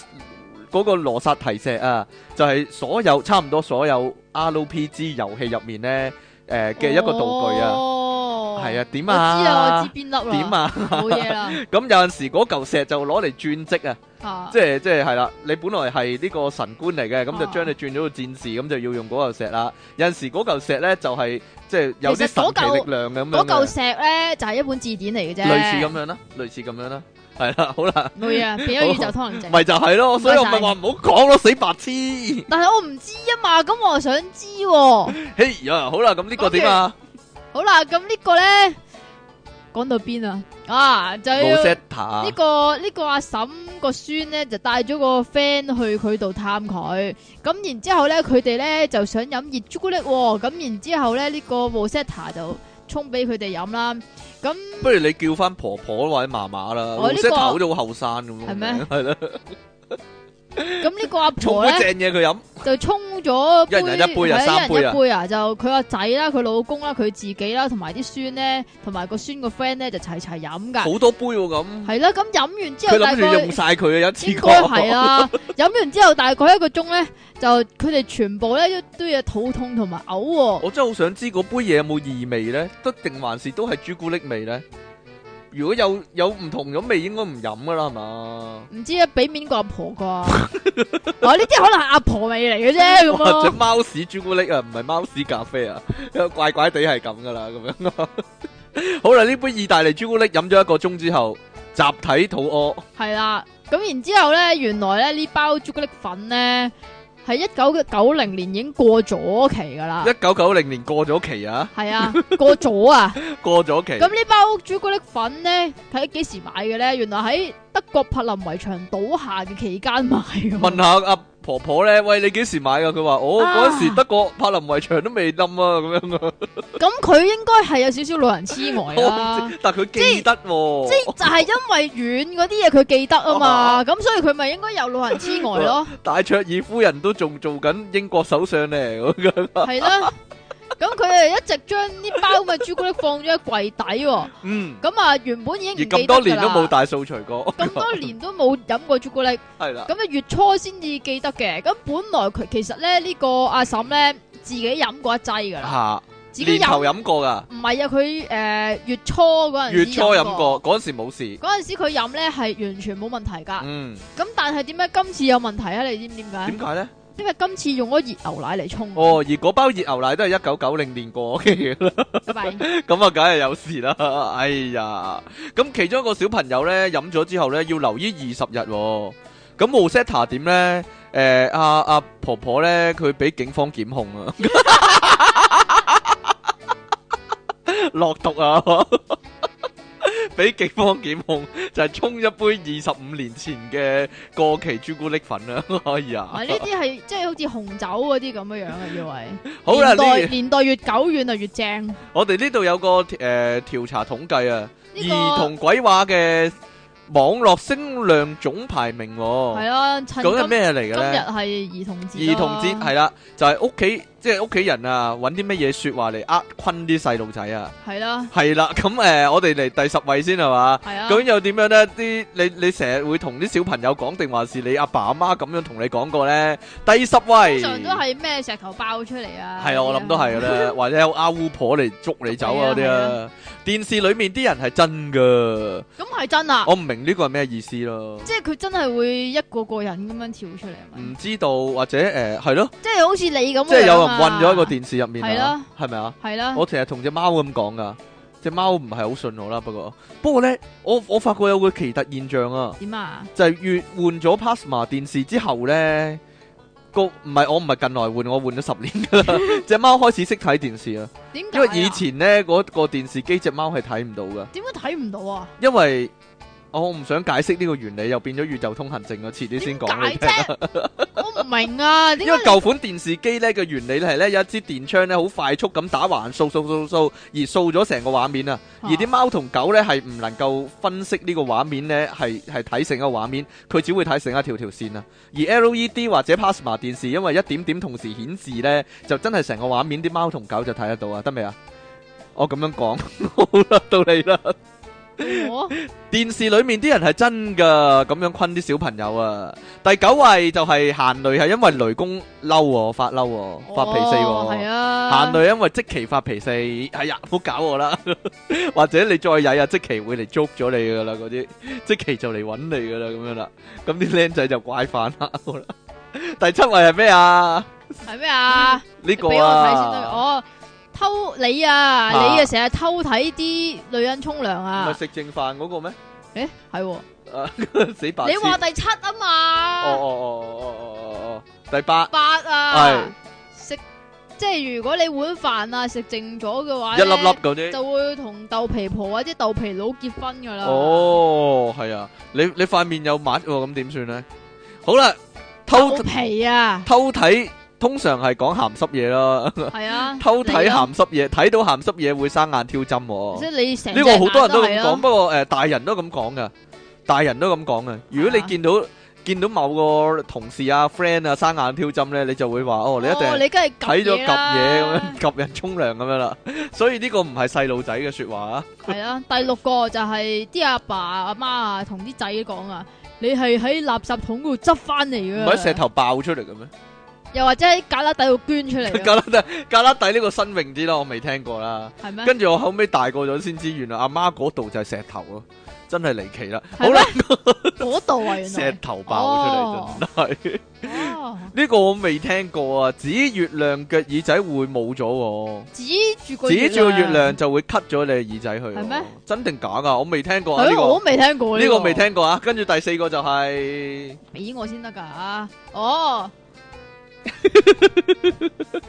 嗰、個个罗萨提石啊，就係所有差唔多所有 RPG 遊戲入面咧，诶、嘅一個道具啊，
哦，
係啊，點
我知啦，我
啊
知？邊粒啦。
點？啊？
冇
<laughs>
嘢啦。
咁有陣時嗰嚿石就攞嚟轉職啊，
啊，
即係即係係啦，你本來係呢個神官嚟嘅，咁就
啊
將你轉咗做戰士，咁就要用嗰嚿石啦。有陣時嗰嚿石咧就係即係有啲
其
神
實嗰嚿
奇力量咁
嗰
樣
嚿
嘅，
石咧就係一本字典嚟嘅啫。
類似咁。樣啦，類似咁樣啦，係啦，好啦。
冇嘢啊，變咗
<laughs>
宇宙通行證。
咪就係咯，所以我咪話唔好講咯，死白痴！
但係我唔知啊嘛，咁我想知喎。
嘿呀，好啦，咁呢個點啊
好啦，咁呢個咧講到邊啊？啊，就
冇
要
set
呢
a
個呢個阿嬸個孫咧就帶咗個 friend 去佢度探佢，咁然之後咧佢哋咧就想飲熱朱古力喎，咁然之後咧呢個 m o s e t a 就沖俾佢哋飲啦，
不如你叫翻婆婆或者嫲嫲啦，
我
冇
呢
set
個
a 好似好後生咁。
係咩
係啦，
咁呢個阿
沖
婆
杯
咧。
正嘢佢飲，
就沖咗杯
一人一杯啊
係
三
一
杯
人
啊
一杯啊！就佢個仔啦、佢老公啦、佢自己啦，同埋啲孫咧，同埋個孫個 friend 咧就齊齊飲噶。
好多杯喎咁。
係啦，咁飲完之
佢
後大
諗住
概
用晒佢啊，有一
應
次過
該。係啦。飲完之後大概一個鐘咧，就佢哋全部咧都有肚痛同埋嘔
<laughs>
喎。
我真係好想知嗰杯嘢有冇異味咧，得定還是都係朱古力味咧？如果有有唔同咁味，應該唔飲噶啦，係嘛？
唔知啊，俾面個阿婆
<laughs>
啩？哦，呢啲可能係阿婆味嚟嘅啫，咁
或者
咯。
貓屎朱古力啊，唔係貓屎咖啡 <laughs> 啊，怪怪地係咁噶啦，咁樣。 <laughs> 好啦，呢杯意大利朱古力飲咗一個鐘之後，集體肚屙，
係啦，咁然之後咧，原來咧呢包朱古力粉咧係一九九零年已經過咗期噶啦。
一九九零年過咗期啊，
係啊，過
<laughs>
咗啊！
過咗期
咁。呢包朱古力粉咧，睇幾時買嘅咧？原來喺德國柏林圍牆倒下嘅期間買嘅。
問下阿婆婆咧，喂，你幾時買噶？佢話我
啊
嗰陣時德國柏林圍牆都未冧啊，咁樣啊。
咁佢應該係有少少老人痴
<laughs>
呆
我唔
啦。
知但佢記得
即
喎，
係就係因為遠嗰啲嘢佢記得啊
<laughs> 哦
嘛，咁所以佢咪應該有老人痴呆咯，
戴卓爾夫人都仲做緊英國首相咧，咁樣
係啦。咁佢啊一直將呢包咁嘅朱古力放咗喺櫃底喎，
嗯，
咁啊原本已經
而
唔記
咁
得㗎
多
啦
年都冇，大掃除過，
咁多年都冇飲過朱古力。
係啦，
咁啊月初先至記得嘅。咁本來佢其實咧呢、個阿嬸咧自己飲過一劑噶啦，
嚇，
自己
啊年
飲
頭
唔
飲過㗎。
係啊，佢誒、呃月初嗰陣
月
時
初飲
過。
過，嗰陣時冇事。
嗰陣時佢飲咧係完全冇問題㗎，
嗯，
咁但係點解今次有問題啊？你知唔知點解
點？解咧？
因為今次用咗熱牛奶嚟沖，
哦，而嗰包熱牛奶都係一九九零年過嘅 <laughs> 嘢啦，
拜拜。
咁啊，梗係有事啦。 <laughs> 哎呀，咁其中一個小朋友咧飲咗之後咧，要留醫二十日喎。咁 m o s e t a 點咧？誒阿阿婆婆咧，佢俾警方檢控啊， <laughs> 落毒啊！ <laughs> 俾警方檢控就係、沖一杯二十五年前嘅過期朱古力粉啊！ <laughs> 哎呀
啊！呢啲係即係好似紅酒嗰啲咁樣樣啊，以為
好啦，
年代
呢
年代越久遠啊越正。呢
我哋呢度有個诶调查統計啊，兒
個
童鬼話嘅網絡聲量總排名喎，
係啊，趁
究竟係
今
咩嚟嘅
今日
咧？
係兒童節啦，啊
兒童節係啦，就係屋企即係屋企人啊，揾啲乜嘢说話嚟呃坤啲細路仔啊？
系啦，
係啦，咁诶、呃我哋嚟第十位先係嘛？
系啊，
咁又點樣呢？啲你你成日會同啲小朋友講定還是你阿爸阿媽咁樣同你講過呢？第十
通
位，
常都係咩石頭爆出嚟啊？
係啊，我諗都係嘅啦，或者有阿烏婆嚟捉你走啊嗰啲
係
啊。電視裡面啲人係真噶，
咁係真啊，
我唔明呢個係咩意思咯。
即係佢真係會一個個人咁樣跳出嚟，係咪
唔知道或者诶係咯，
即係好似你咁樣
嗯
啊，
即係有人混咗喺個電視入面啊，係咪啊？
係啦，
我成日同只貓咁講噶，只貓唔係好信我啦。不過不過咧，我我發覺有個奇特現象啊。
點啊？
就係越換咗 Pasma 電視之後咧，個唔係我唔係近來換，我換咗十年噶 <laughs> 啦。只貓開始識睇電視啦，
點解
因
啊？
為以前咧嗰、個電視機只貓係睇唔到噶，
點解睇唔到啊？
因為哦我唔想解釋呢個原理，又變咗宇宙通行證啊！遲啲先
點
講你
解
聽。
啫？我唔明啊，點
<laughs> 因為
解
舊款電視機咧嘅原理係咧有一支電槍咧好快速咁打橫掃掃掃掃，而掃咗成個畫面啊！而
你
啲貓同狗咧係唔能夠分析呢個畫面咧，係係睇成個畫面，佢只會睇成一條條線啊。而 LED 或者 Pasma 電視，因為一點點同時顯示咧，就真係成個畫面啲貓同狗就睇得到啊，得未啊？我咁樣講 <laughs> 好啦，到你啦。
我
電視裡面啲人係真噶，咁樣坤啲小朋友啊。第九位就係行雷，係因為雷公嬲喎，發嬲喎，發脾氣喎。<laughs>
係啊，
行雷因為即期發脾氣，哎呀，唔好搞我啦！或者你再曳啊，即期會嚟捉咗你噶啦，嗰啲即期就嚟揾你噶啦，咁樣啦。咁啲僆仔就乖翻啦， <laughs> 好啦。第七位係咩啊？
係咩啊？
呢、個
俾我睇先得。
啊，
哦，偷你啊！
啊
你啊成日偷睇啲女人沖涼
唔
啊
係！食剩飯嗰個咩？ <laughs>
诶，係喎，
啊死白
你
痴！
話第七啊
哦
嘛
哦，哦哦哦哦哦，第八
八
係
啊，食即係如果你碗飯啊食剩咗嘅話
一
呢，
粒粒嗰啲。
就會同豆皮婆或者豆皮佬結婚噶啦。
哦，係啊，你你塊面有抹喎，咁點算咧？好啦，偷，
豆皮啊
<laughs> 偷睇通常係講鹹濕嘢啦。
係啊，
偷睇
你咯，
鹹濕嘢，睇到鹹濕嘢會生眼挑針喎。
即係你成
呢個好多人都
隻
咁
眼
講，
係啦，啊
不過誒大人都咁講噶，大人都咁講噶。如果你
啊
見到見到某個同事啊、friend 啊生眼挑針咧，你就會話哦，你一定
哦
係
你梗係
睇咗及嘢咁
樣
樣，。 <laughs> 及人沖涼咁樣啦。所以呢個唔係細路仔嘅説話啊。
系啊，第六個就係啲阿爸阿媽啊，同啲仔講啊，你係喺垃圾桶嗰度執翻嚟
唔
噶，
係石，頭爆出嚟嘅咩？
又或者喺旮旯底度捐出嚟
格
㗎，
拉底格拉底呢個新穎啲啦，我未聽過啦。
係咩？
跟住我後尾大個咗先知，原來阿媽嗰度就係石頭咯，真係離奇啦。好
係
啦，
嗰度啊，原
石
來
頭爆出嚟真係。
哦，
呢個我未聽過啊！指月亮嘅耳仔會冇咗
指住
喎，
個
指住個月亮，就會 cut 咗你嘅耳仔去喎。
係咩
真定假噶？我未聽過啊！
係
呢
咯，我
個
都未聽過
呢
個
個未，聽過啊！跟住第四個就係
俾我先得㗎，
<laughs>
哦，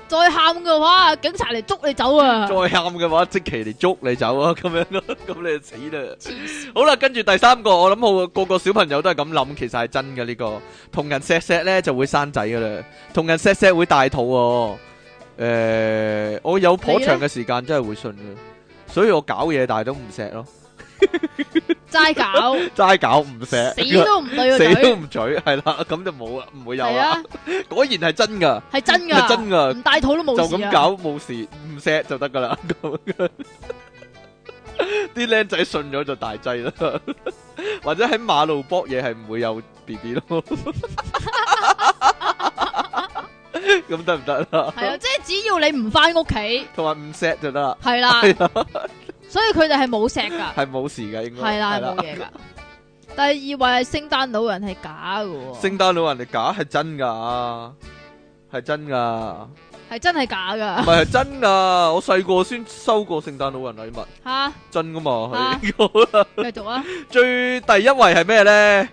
再喊嘅話，警察嚟捉你走啊
再，喊嘅話，即期嚟捉你走啊！咁樣咯，咁你就死啦！<laughs>
黐線
好啦，跟住第三個，我諗好個個小朋友都係咁諗，其實係真嘅呢、個。同人錫錫咧就會生仔噶啦，同人錫錫會大肚喎、誒、我有頗長嘅時間真係會信嘅，所以我搞嘢但係都唔錫咯。 <laughs>
齋搞，
齋搞唔錫，
死都唔對個
<laughs> 死都
嘴，啊
唔嘴，係啦，咁就冇啦，唔會有
係
啦。
啊，
果然係真噶，
係真
<laughs> 係
㗎，
真噶，
唔帶肚都
就
冇事
咁
啊，
搞冇事，唔錫就得噶啦。 <laughs> 咁啲僆仔信咗就大劑啦， <laughs> 或者喺馬路搏嘢係唔會有 B B 咯。 <laughs> 咁得唔得啦？
係啊，即係只要你唔翻屋企。
<laughs> 同埋唔錫就得啦，
系啦，所以佢哋系冇石噶，
係冇事嘅應該。
系啦，係冇嘢噶。第二位圣诞老人系假噶，
聖誕老人哋假係真㗎，係真㗎。
系真系
唔
假
<laughs> 係
噶
係真噶，我細個先收過聖誕老人禮物，
吓。
真噶嘛
啊
係。好啦，
继续啊，
最第一位係咩咧？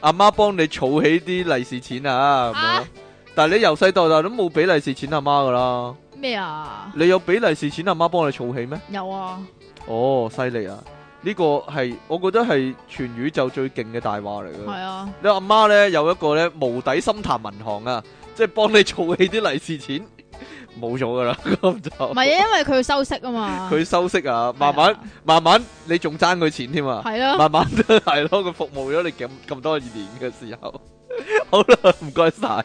阿媽幫你儲起啲利是錢啊，咁樣
啊。
但係你由細到大都冇俾利是錢阿媽噶啦，
咩啊？
你有俾利是錢阿媽幫你儲起咩？
有啊，
哦，犀利啊！呢個係我覺得係全宇宙最勁嘅大話嚟
系
嘅。
啊，
你阿媽咧有一個咧無底深潭銀行啊，即係幫你儲起啲利是錢， <laughs> 冇咗噶啦，咁就
唔系因为佢收息啊嘛，
佢收息啊，慢慢。慢慢你仲爭佢錢添啊！
<laughs> 系啊，
慢慢都係 <laughs> 咯，佢服務咗你咁咁多年嘅時候，好啦，唔該晒啊！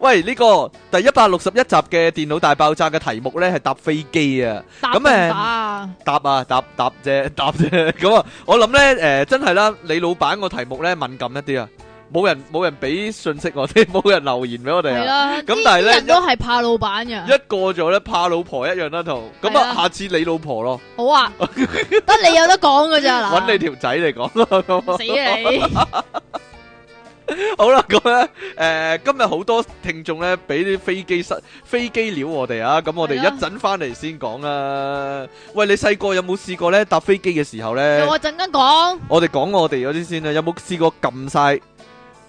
喂，呢、個第一百六十一集嘅電腦大爆炸嘅題目呢係搭飛機啊！ <laughs>
打
咁
定
誒
打啊，
答啊，答答啫，答啫。咁啊，我諗咧，诶、真係啦，李老闆個題目咧敏感一啲啊，冇人冇人俾信息我哋， <laughs> 冇人留言俾我
系
哋啊。
啦，
咁
呢
但係
啲
咧
人都系怕老板嘅，
一過咗咧，怕老婆一樣啦，同咁
係
啊，
啊
下次你老婆咯，
好
<laughs>
啊，得你有得讲噶咋嗱，
揾你條仔嚟講咯。咁啊
死
<laughs>
你，
好啦，咁咧，诶、今日好多聽眾咧俾啲飛機失飛機料我哋啊，咁我哋
係
一
啊
陣翻嚟先講啦。喂，你細個有冇試過咧搭飛機嘅時候咧？
我阵间讲，
我哋講我哋嗰啲先啦，啊有冇試過撳晒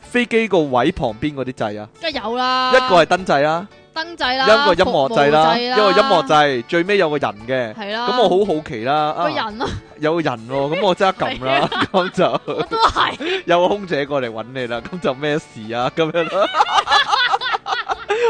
飛機個位旁邊嗰啲掣啊？
梗係有啦，
一個係燈掣啦，
灯掣
一
啦，
個音樂掣啦，一個
个
音樂掣，最尾有個人嘅。
系啦，
咁我好好奇啦，
个
啊
人啊，
有個人喎，咁我即刻撳 <laughs> 啦，咁就
我都系。
有個空姐過嚟揾你啦， <laughs> 咁就咩事啊？ <laughs> 咁樣啦，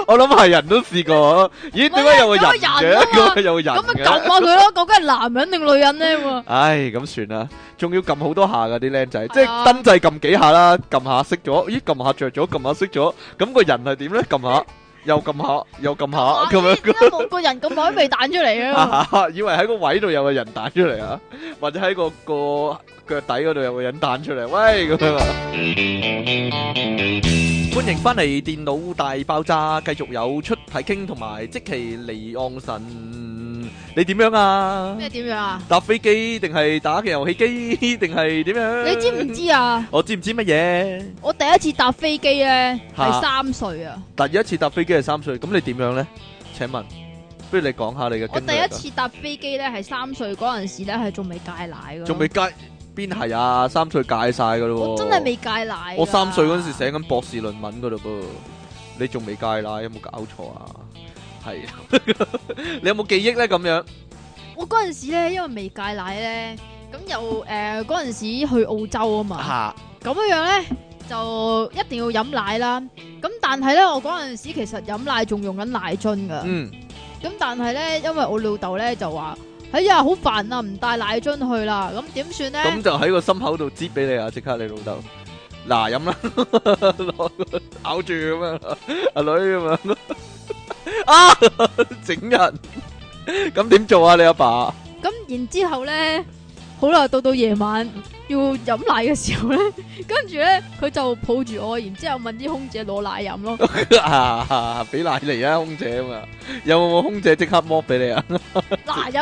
我諗係人都試過。咦？點解有個人
喂
嘅？
有個人啊嘛
<laughs> 咁解有個人
咁咪
嘅
撳？下佢咯，究竟係男人定女人咧？啊喎，
唉，咁算啦，仲要撳好多下噶啲僆仔，即係
係啊
燈掣撳幾下啦，撳下熄咗，咦撳下着咗，撳下熄咗，咁個人係點咧？撳下又撳下又撳
<laughs> 哇
下啊咁樣，
點解冇個人咁耐都未彈出嚟啊！
<laughs> 以為喺個位度有個人彈出嚟啊， <laughs> 或者喺個個腳底嗰度有個人彈出嚟，喂咁樣啊！ <laughs> 歡迎翻嚟《電腦大爆炸》，繼續有出體傾同埋即其離岸神，你點樣啊？
咩點樣啊？
搭飛機定係打嘅遊戲機 <laughs> 定係點樣？
你知唔？知啊？
我知唔知乜嘢？
我第一次搭飛機咧
嚇
係三歲啊！
第一次搭飛機係三歲，咁你點樣咧？請問，不如你講下你嘅
我
經歷
第
啊
一次搭飛機咧係三歲嗰陣時咧係仲未戒奶噶，
仲未戒邊係啊？三歲戒晒噶咯喎！
我真係未戒奶㗎。
我三歲嗰陣時寫緊博士論文噶嘞噃，你仲未戒啦？有冇搞錯啊？係， <laughs> 你有冇記憶咧？咁樣
我嗰陣時咧因為未戒奶咧，咁又誒嗰陣時去澳洲啊嘛。
嚇
咁樣樣咧就一定要飲奶啦。咁但係咧，我嗰陣時其實飲奶仲用緊奶樽噶。
嗯
咁但係咧，因為我老豆咧就話：哎呀，好煩啊，唔帶奶樽去啦。咁點算咧？
咁就喺個心口度擠俾你啊！即刻你老豆嗱飲啦， <laughs> 攞個咬住咁樣， <laughs> 阿女咁樣啊， <laughs> 整人咁點做啊？你阿爸 <laughs>
咁然之後咧，好啦，到到夜晚要飲奶嘅時候咧， <laughs> 跟住咧佢就抱住我，然之後問啲空姐攞奶飲
<laughs>
咯。
啊，俾奶嚟啊，空姐啊嘛，有冇空姐即刻剝俾你啊？
嗱飲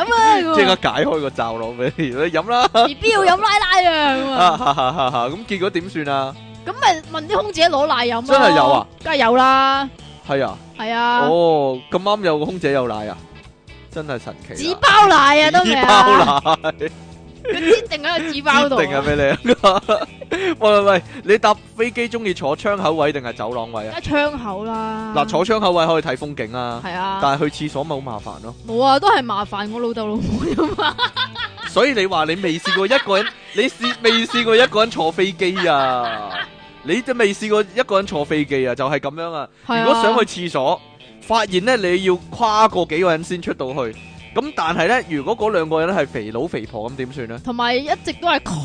<laughs>
啊
即刻
咁
解開個罩攞俾你，你 <laughs> 飲啦。
啊，B B 要飲奶奶啊
<laughs>
咁
啊
啊，
哈哈哈哈咁結果點算啊？
咁咪問啲空姐攞奶飲咯。
真係有啊？
梗係有啦，
係啊，
係啊。
哦，咁啱有個空姐有奶啊，真係神奇
紙
啊！
包奶啊，得未啊？
紙包奶，
佢黐定喺個紙 <laughs> 包度啊。
定係俾你啊！ <laughs> 喂喂喂，你搭飛機中意坐窗口位定係走廊位啊？
梗係窗口啦。
嗱，坐窗口位可以睇風景啊，
係啊。
但係去廁所咪好麻煩咯。
冇啊，都系麻煩我老豆老母啫嘛。
所以你話你未試過一
<laughs>
個人，你試未試過一個人坐飛機啊？你都未試過一個人坐飛機啊？就係咁樣啊！
係啊
如果想去廁所，發現咧你要跨過幾個人先出到去。咁但係咧，如果嗰兩個人係肥佬肥婆咁點算咧？
同埋一直都係狂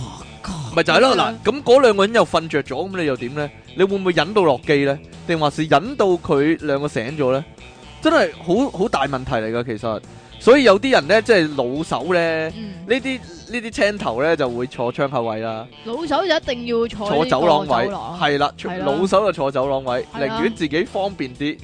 咪就係咯嗱，咁嗰兩個人又瞓着咗，咁你又點咧？你會唔會忍到落機咧？定還是忍到佢兩個醒咗咧？真係好好大問題嚟噶，其實。所以有啲人咧，即係老手咧，呢
嗯，
啲呢啲青頭咧就會坐窗口位啦，
老手就一定要坐
坐
呢個
走廊位
走廊
係啦，
係啦
老手就坐走廊位，
係啦
寧願自己方便啲，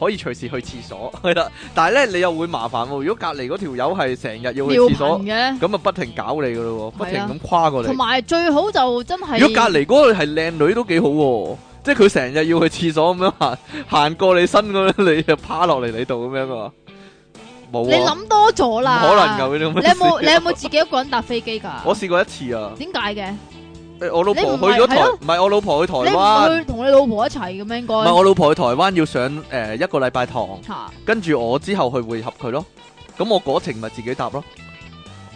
可以隨時去廁所 <laughs> 係啦。但係咧，你又會麻煩喎。如果隔離嗰條友係成日要去
尿
廁所
頻，嘅，
咁啊不停搞你噶咯喎，不停
係啊
咁跨過嚟
同。埋最好就真係
如果隔離嗰個係靚女都幾好喎，即係佢成日要去廁所咁樣行行過你身咁樣，你就趴落嚟你度咁樣啊？
你
冇啊，
諗多咗
唔
啦，
可能㗎。呢種
你有冇 <laughs> 你有冇自己一個人搭飛機㗎？
我試過一次啊，
點解嘅？
誒我老
你
婆
唔係
去咗台
係，咯
唔係我老婆去台
你唔
灣，
會同你老婆一齊嘅咩？應該
唔係我老婆去台灣要上誒一個禮拜堂，
嚇
跟住我之後去會合佢咯。咁我嗰程咪自己搭咯。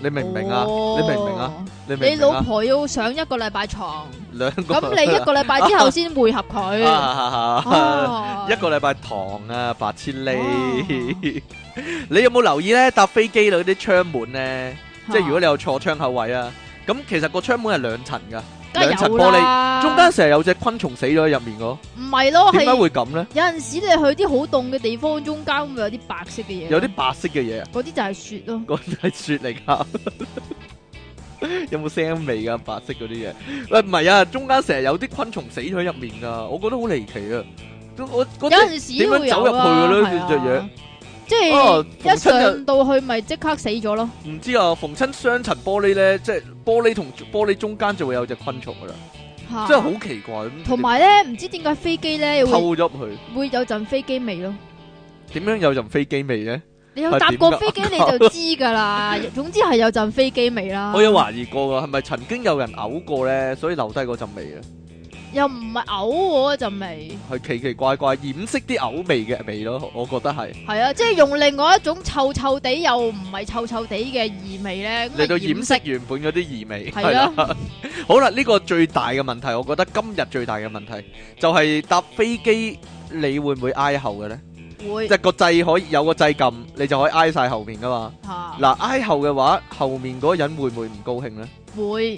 你明唔明啊？
哦
你明唔明啊？你明
你
唔明
老
啊？
婆要上一個禮拜床，
兩 <laughs> 個
咁你一個禮拜之後先會合
<laughs>
佢。
啊
哦
<laughs> 一個禮拜堂啊，白痴你 <laughs>
哦！
你有冇留意咧？搭飛機嗰啲窗門咧，即係如果
嚇
你有坐窗口位啊，咁其實個窗門係兩層噶，
梗係
兩層
有
玻璃
啦。
中間成日有隻昆蟲死咗喺入面嗰，
唔係咯，
點解
係
會咁咧？
有陣時你去啲好凍嘅地方，中間會有啲白色嘅嘢，
有啲白色嘅嘢啊，
嗰啲就係雪咯。
嗰啲係雪嚟噶。 <laughs> 有冇腥味噶？白色嗰啲嘢，喂唔係啊，中間成日有啲昆蟲死咗喺入面噶，我覺得好離奇啊！都我
有
嗰啲
陣時會
點樣走
有
入去
噶
嘅咧
係
隻
啊
嘢
即
哦逢
係一
親就
上到去咪即刻死咗咯。
唔知啊，逢親雙層玻璃咧，即係玻璃同玻璃中間就會有隻昆蟲噶啦，
嚇
真係好奇怪咁。
同埋咧，唔知點解飛機咧會
透咗入去，
會有陣飛機味咯。
點樣有陣飛機味咧？
你有搭
係點
過
㗎
飛機你就知
<laughs>
㗎啦。總之係有陣飛機味啦。
我有懷疑過噶，係咪曾經有人嘔過咧，所以留低嗰陣味啊？
又唔係嘔我嗰陣味，
係奇奇怪怪掩飾啲嘔味嘅味咯，我覺得係
係啊，即係用另外一種臭臭地又唔係臭臭地嘅異味咧，咁啊
嚟到
嚟
掩
掩
飾
飾
原本嗰啲異味。
係
啦， <laughs>
啦，
好啦，呢個最大嘅問題，我覺得今日最大嘅問題就係搭飛機你會唔會挨後嘅咧？
會
即係個掣可以有個掣撳，你就可以挨晒後面噶嘛。
嚇
嗱，挨後嘅話，後面嗰個人會唔會唔高興咧？
會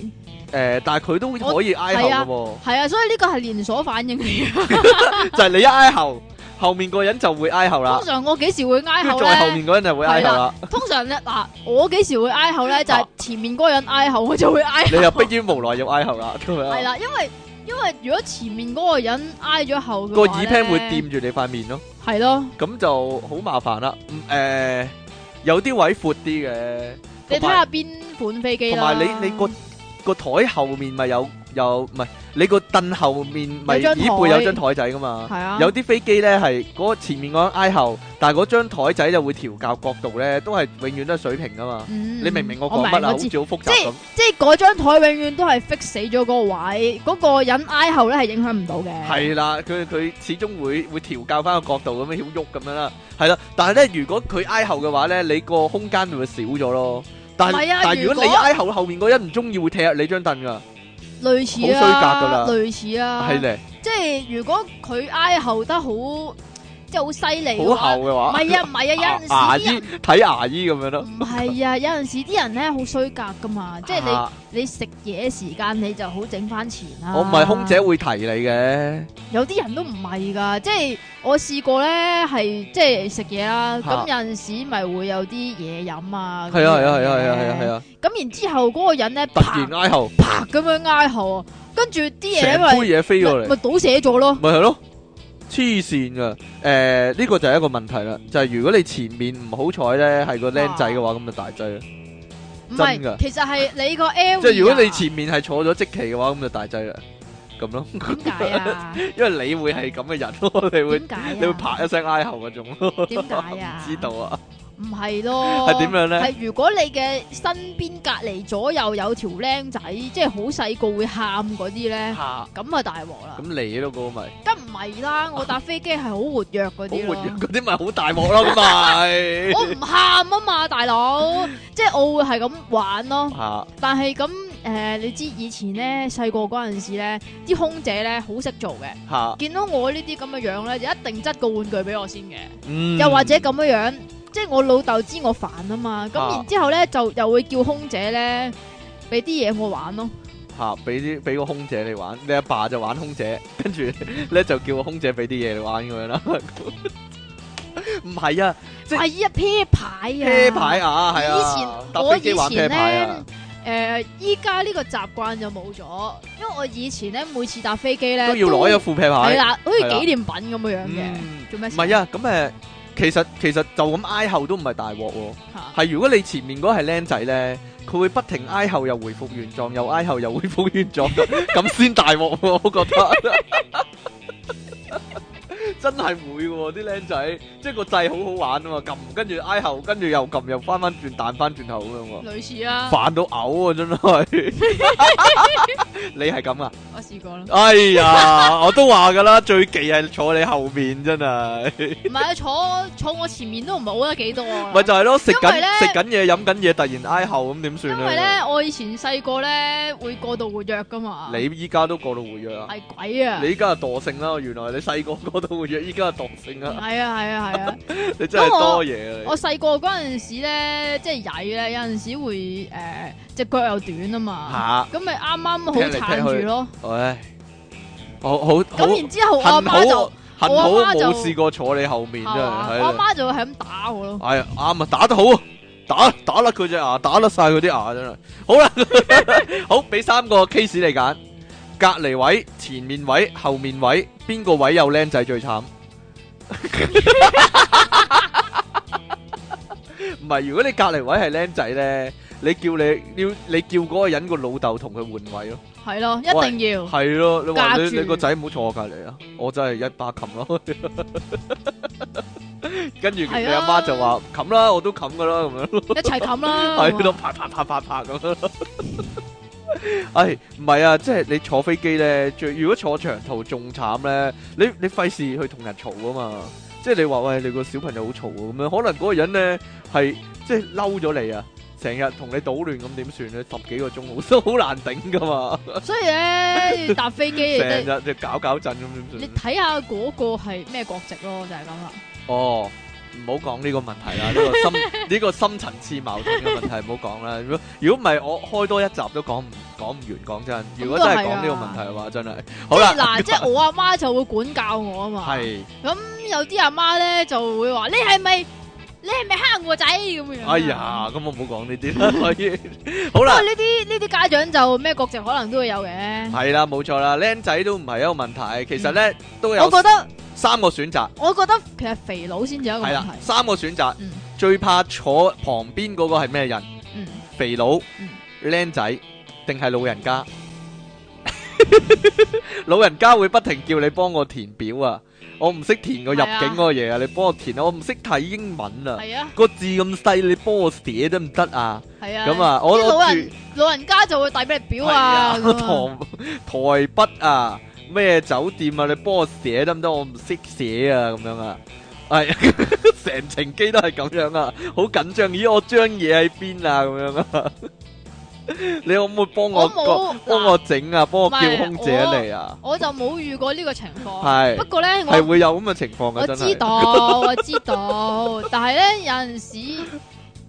誒、但係佢都
我
可以挨後
係啊，所以呢個係連鎖反應嚟嘅。
嘅喎， <laughs> 就係你一挨後，後面個人就會挨後啦
通，常我幾時會挨
跟
後
住再後
咧？
面嗰人就會挨後啦。
通常咧嗱，我幾時會挨後咧？就係
啊
前面嗰個人挨後，我就會挨
你又迫於無奈要挨後啦，咁
係
樣
啦，因為因為如果前面嗰個人挨咗後嘅
個
個
耳 pan 會，掂住你塊面咯，
係咯，
咁就好麻煩啦。誒、呃有啲位闊啲嘅，
你
同
睇
埋
下邊款飛機
同
啦。
埋你你個個台後面咪有有唔係你個凳後面咪
有張
椅背有
台
張台仔噶嘛？
係啊，
有啲飛機咧係嗰個前面嗰個挨後，但係嗰張台仔就會調校角度咧，都係永遠都係水平噶嘛。
嗯
你明唔明我講乜
明
啊？好
知
似好複
即
雜咁
係。即係嗰張台永遠都係 fix 死咗嗰個位，嗰、個人挨後咧係影響唔到嘅。
係啦，佢佢始終會會調校翻個角度咁樣曉喐咁樣啦。係啦，但係咧，如果佢挨後嘅話咧，你個空間就會少咗咯。但
唔
係
係啊
但係如果你
如果
挨後，後面嗰人唔中意會踢入你張凳噶，
類似
好衰格㗎啦
啦，類似啦，
係咧，
即係如果佢挨後得好，即係好犀利
好
嘅話，
厚
唔
嘅話，
係啊，
<laughs>
唔係啊，有
牙
陣時啲
醫
人
睇牙醫咁樣咯。
唔係啊，有陣時啲人咧好衰格
<laughs>
噶嘛，即係
啊
你你食嘢時間你就好整翻錢啦。
我唔係空姐，會提你嘅，
有啲人都唔係噶，即係我試過咧係即係食嘢啦，咁
啊
有陣時咪會有啲嘢飲啊。
係啊係啊係啊係啊係啊係
啊。
啊，
咁然之後嗰個人咧，
突然
啪
挨後。
啪咁樣挨後啊，跟住啲嘢
成杯
咪
嘢飛過
咪
嚟，
咪倒瀉咗咯。
咪係咯，黐線噶。誒、呢個就係一個問題啦，就係、如果你前面唔好彩咧，係個僆仔嘅話，咁就大劑啦。
唔
真㗎
係，其實係
<laughs>
你個 L
即係如果你前面係坐咗即期嘅話，咁就大劑啦。咁
<laughs>
咯，
點解啊？
因為你會係咁嘅人咯， <laughs> 你會
點解啊？
你會啪一聲哀嚎嗰種咯。
點解啊？
知道啊？
唔係咯？
係點樣咧
係如果你嘅身邊隔離左右有條僆仔，即係好細個會喊嗰啲咧，
嚇！
咁啊大鑊啦
咁！你咯，嗰個咪
咁唔係
<laughs>
啦，我搭飛機係好活躍嗰啲
好活
咯。
躍，嗰啲咪好大鑊咯，咁
<laughs>
咪
我唔喊啊嘛，大佬，即係我會係咁玩咯。
嚇
但係咁誒，你知以前咧細個嗰陣時咧，啲空姐咧好識做嘅，
嚇，
見到我呢啲咁嘅樣咧，就一定執個玩具俾我先嘅，
嗯
又或者咁樣樣，即係我老豆知我煩啊嘛，咁
啊
然之後咧就又會叫空姐咧俾啲嘢我玩咯，
吓，俾啲俾個空姐你玩，你阿爸就玩空姐， <laughs> 跟住咧就叫個空姐俾啲嘢你玩咁樣啦。 <laughs> 唔係啊，即係
係啊啤牌啊，
啤牌啊，係啊，
以前
搭
我
飛
以
機玩啤
前
牌
咧
啊，。
誒，依家呢個習慣就冇咗，因為我以前咧每次搭飛機咧
都要攞一副啤
係
牌。
啦，好似
係啦
紀念品咁樣樣嘅，
嗯，
做咩
唔
事？
係啊，咁誒，其實其實就咁挨後都唔係大鑊喎，
嚇，
係如果你前面嗰個係僆仔咧，佢會不停挨後又回復原狀，又挨後又回復原
<laughs>
狀，咁先大鑊喎，我覺得。 <laughs> 真係會喎，啲僆仔，即係個掣好好玩啊嘛，撳跟住挨後，跟住又撳又翻翻轉彈翻轉頭咁樣喎，
類似啊。
煩到嘔啊真
<laughs>
係。你係咁啊？
我試過啦，
哎呀，我都話噶啦，最忌係坐你後面真係，
唔係啊，坐坐我前面都唔係好得幾多啊。
咪就係咯，食緊
因為呢
食緊嘢飲緊嘢，突然挨後咁點算
因
咧？
為咧，我以前細個咧會過度活躍噶嘛。
你依家都過到活躍啊？
啊係鬼啊！
你依家係惰性啦，原來你細個過到活躍，依家係惰性啊！
係啊係啊
<laughs>
係啊！
你真係多嘢啊！
我細個嗰陣時咧，即係曳咧，有陣時會誒只腳又短啊嘛，
吓，
咁咪啱
踢嚟
啱好
踢去
撐住咯。
唉，好好好，
咁然之後我阿
幸好
媽就
幸好冇
就
試過坐你後面
係
真
嘛
係，
我阿
係啊
媽就會係咁打我咯。
係啊啱啊，打得好啊，打打甩佢隻牙，打甩晒佢啲牙真係。好啦， <laughs> 好俾三個 case 你揀，隔離位、前面位、後面位，邊個位有僆仔最慘？ <laughs> 唔係，如果你隔離位係僆仔咧，你叫你要你叫嗰個人個老豆同佢換位咯。
係咯，一
<laughs>
定要。
系咯，你話
架
你
住
你个仔唔好坐我隔離啊，我真係一巴冚
<laughs>
咯。跟住你
係啊
阿媽就話冚啦，我都冚噶啦，咁樣
一齊冚啦，
係咯，
係嘛
啪
啊
啪啪啪啪咁樣。唉，唔係啊，即係你坐飛機咧，最如果坐長途仲慘咧，你你費事去同人嘈啊嘛。即係你話喂，你個小朋友好嘈啊，咁樣可能嗰個人咧係即係嬲咗你啊，成日同你搗亂咁點算咧？十幾個鐘好都好難頂噶嘛，
啊所以咧搭飛機
成
你
日就搞搞震咁點算
你
呢？
睇下嗰個係咩國籍咯，就係咁啦。
哦，唔好講呢個問題啦，呢、個深
<laughs>
呢個深層次矛盾嘅問題唔好講啦。如果如果唔係，我開多一集都講唔講唔完。講真，如果真係講呢個問題嘅話，真係好
即係啊
啦，啊
嗱，即係我阿媽就會管教我啊嘛。
係
咁有啲阿媽咧就會話：你係咪你係咪蝦我仔咁樣？啊
哎呀，。咁我唔好講呢啲啦。 <laughs> 所以好
不過
啦，
呢啲呢啲家長就咩國籍可能都會有嘅。
係啦，冇錯啦，僆仔都唔係一個問題，其實咧都
嗯我
有
覺得哦
三個選擇，
我覺得其實肥佬先至有一個
係
問
啦
題，。
三個選擇
嗯，
最怕坐旁邊嗰個係咩人？
嗯，
肥佬
嗯、
僆仔定係老人家？ <laughs> 老人家會不停叫你幫我填表啊！我唔識填個入境嗰個嘢啊，你幫我填啊！我唔識睇英文啊，
係啊，
個字咁細，你幫我寫得唔得啊？
係啊。
咁啊，我
啲
我
老
住
人老人家就會遞俾你表
係
啊，
<laughs>
咁啊
台台北 <laughs> 啊，咩酒店啊，你幫我寫得唔得？我唔識寫啊，咁樣啊，係 <laughs> 成程機都係咁樣啊，好緊張，咦，我張嘢喺邊啊？ <laughs> 咁樣啊，你可唔可以幫我
我冇
幫幫我整啊？幫我叫空姐嚟啊？
我就冇遇過呢個情況。不
係
過咧，
係
我
會有咁嘅情況
我
嘅，真
知
係
道， <laughs> 我知道，但係咧有陣時，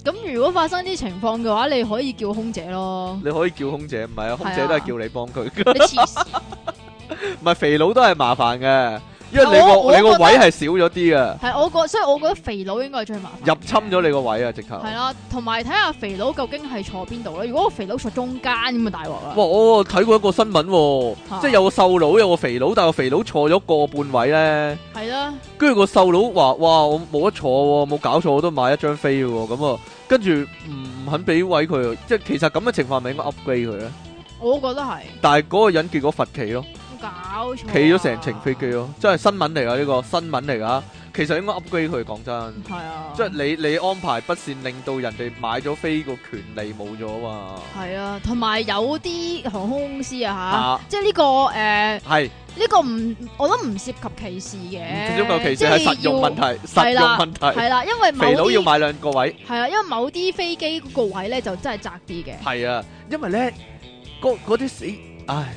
咁如果發生啲情況嘅話，你可以叫空姐咯。
你可以叫空姐，唔係啊，空姐
係啊
都係叫你幫佢， <laughs>
你黐線，
唔係肥佬都係麻煩嘅，因為你
我我
個你個
覺得
位係少咗啲嘅，
係我覺，所以我覺得肥佬應該係最麻煩。
入侵咗你個位啊，直頭。
係啦，同埋睇下肥佬究竟係坐邊度啦。如果個肥佬坐中間咁啊大鑊
哇！
啦。
我睇過一個新聞喎，
嚇
即係有個瘦佬，有個肥佬，但係個肥佬坐咗個半位咧，
係啦，
跟住個瘦佬話：哇！我冇得坐喎，冇搞錯，我都買一張飛嘅喎，咁啊，跟住唔唔肯俾位佢，即係其實咁嘅情況係咪應該 upgrade 佢咧？
我覺得係
但係嗰個人結果罰企咯，
冇搞錯。啊
企咗成程飛機。咯，真係新聞嚟㗎呢個新聞嚟㗎，其實應該 upgrade 佢，講真，
係啊。
即係你你安排不善，令到人哋買咗飛個權利冇咗啊
係啊，同埋有啲航空公司啊吓，
啊
即係呢、個誒呢、
嘛，係。
個唔，我都唔涉及歧視嘅，
唔足夠歧視
即
係
係
實用問題，實
係
用
啦
問題。
係啦，因為某
肥佬要
啲
買兩個位，
係啊啦，因為某啲飛機嗰個位咧就真係窄啲嘅，
係啊，因為咧嗰嗰啲死，唉，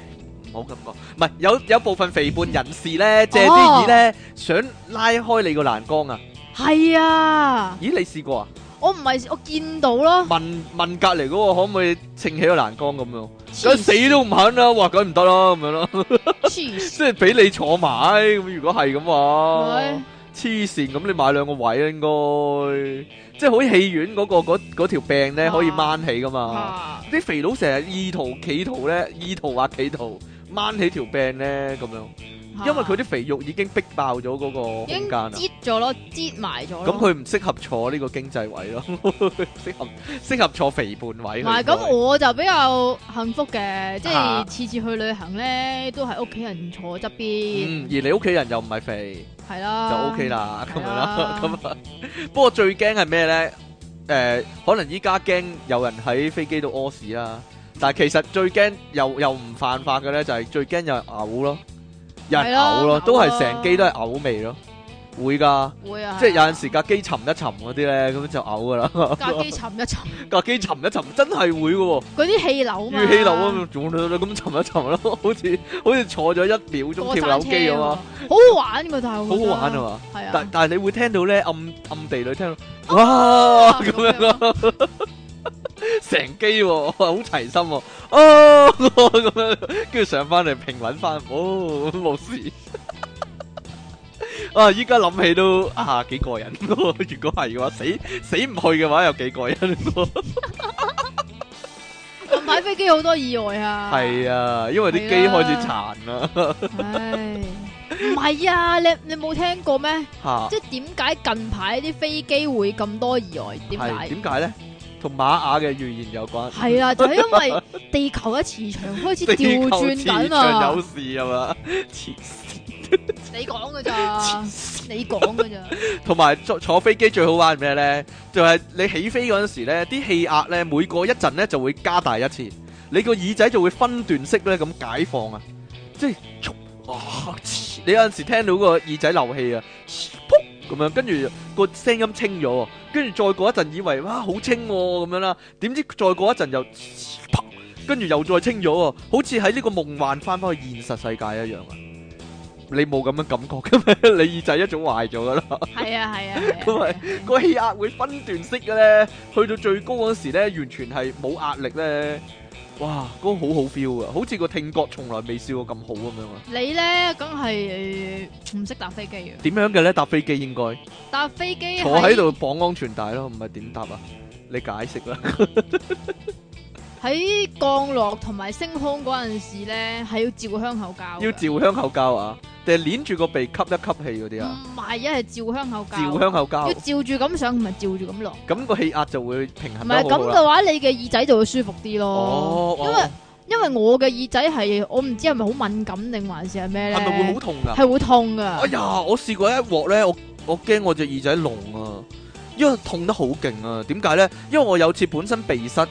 唔好咁講，唔係有有部分肥胖人士咧借
哦
啲椅咧想拉開你個欄杆啊！
係啊，
咦，你試過啊？
我唔係我見到咯，
問問隔離嗰個可唔可以撐起個欄杆咁樣？
黐
佢死都唔肯啦，話梗唔得啦咁樣
<laughs>
咯，
黐線
即係俾你坐埋咁。如果係咁話
係。
黐線，咁你買兩個位啊，應該即係好似戲院嗰、個嗰嗰條柄咧，
啊
可以掹起噶嘛。
啊！
啲、肥佬成日意圖企圖咧，意圖或企圖掹起條柄咧咁樣，
啊
因為佢啲肥肉已經逼爆咗嗰個空
已經
間啊。
擠咗咯，擠埋咗咯。
咁佢唔適合坐呢個經濟位咯， <laughs> 適合適合坐肥胖位。
唔係咁，
我
我就比較幸福嘅，即
啊
係次次去旅行咧都係屋企人坐側邊，
嗯，而你屋企人又唔係肥。
係啦，
就 OK 啦，咁
係
樣啦
啊，
咁啊。不過最驚係咩咧？誒、可能依家驚有人喺飛機度屙屎啦，但係其實最驚又又唔犯法嘅咧，就係、最驚有人嘔咯，有人
係咯
嘔咯，
嘔
都係
啊
成機都係嘔味咯，會㗎。
會啊，
即係有陣時架機沉一沉嗰啲咧，咁就嘔 <laughs> 㗎啦。
架機沉一沉，
架機沉一沉真係會㗎喎，
嗰啲氣流
<laughs>
啊嘛，
遇氣流啊咁咁沉一沉咯， <laughs> 好似好似坐咗一秒鐘跳
過山
樓
車
機咁啊，
好好玩噶，但係
好
我
好
覺得
玩啊，嘛！
係
但
啊，
但係你會聽到咧暗暗地裏聽到，哇咁樣咯，成機喎，好齊心喎，哦咁樣，跟住上翻嚟平穩翻，哦冇事。 <laughs> 啊！依家諗起都啊幾過癮 <laughs> 喎，如果係嘅話，死死唔去嘅話有幾過癮喎。
近排飛機好多意外啊！
係啊，因為啲機開始殘啦，
唉，唔係啊，你你冇聽過咩？
嚇
即系点解近排啲飛機會咁多意外？點
係
解？
點解咧？同瑪雅嘅預言有關。
係啊啦，就係因為地球嘅磁場開始
<laughs> 地球
調轉
磁
緊
場
啊
有！事啊嘛，黐線
你講噶
黐 <laughs>
咋？
線
你講噶咋？
同埋坐坐飛機最好玩係咩呢？就係、你起飛嗰陣時咧，啲氣壓呢，每過一陣呢就會加大一次，你個耳仔就會分段式呢咁解放啊，即係速啊！嘶你有陣時聽到個耳仔漏氣啊，嘶噗咁樣，跟住個聲音清咗喎，跟住再過一陣以為哇好清喎、咁樣啦，點知再過一陣又嘶啪跟住又再清咗喎，好似喺呢個夢幻翻返去現實世界一樣啊！你冇咁嘅感覺嘅咩？你耳仔一早壞咗噶啦。
係啊係啊
因
係
為
啊！
個氣壓會分段式嘅咧，去到最高嗰時咧，完全係冇壓力咧，哇，嗰、個好好 feel 啊，好似個聽覺從來未試過咁好咁樣啊！
你咧梗係呃唔識搭飛機嘅，
點樣嘅咧？搭飛機應該
搭飛機
坐喺度綁安全帶咯，唔係點搭啊？你解釋啦，
喺降落同埋升空嗰陣時咧，係要照香口膠㗎。
要照香口膠啊，定係捏住個鼻吸一吸氣嗰啲啊？
唔係一係照香口膠。
照香口
嗯啊要
膠，
照住咁上，同埋照住咁落。
咁個氣壓就會平
唔
衡
係
得好好
咁
啦。
嘅話，你嘅耳仔就會舒服啲咯。
哦，
因為因為我嘅耳仔係我唔知係咪好敏感定還是係咩咧？
係咪會好痛啊？
係會痛噶
哎？呀，我試過一鑊咧，我我驚我隻耳仔聾啊，因為痛得好勁啊。點解咧？因為我有次本身鼻塞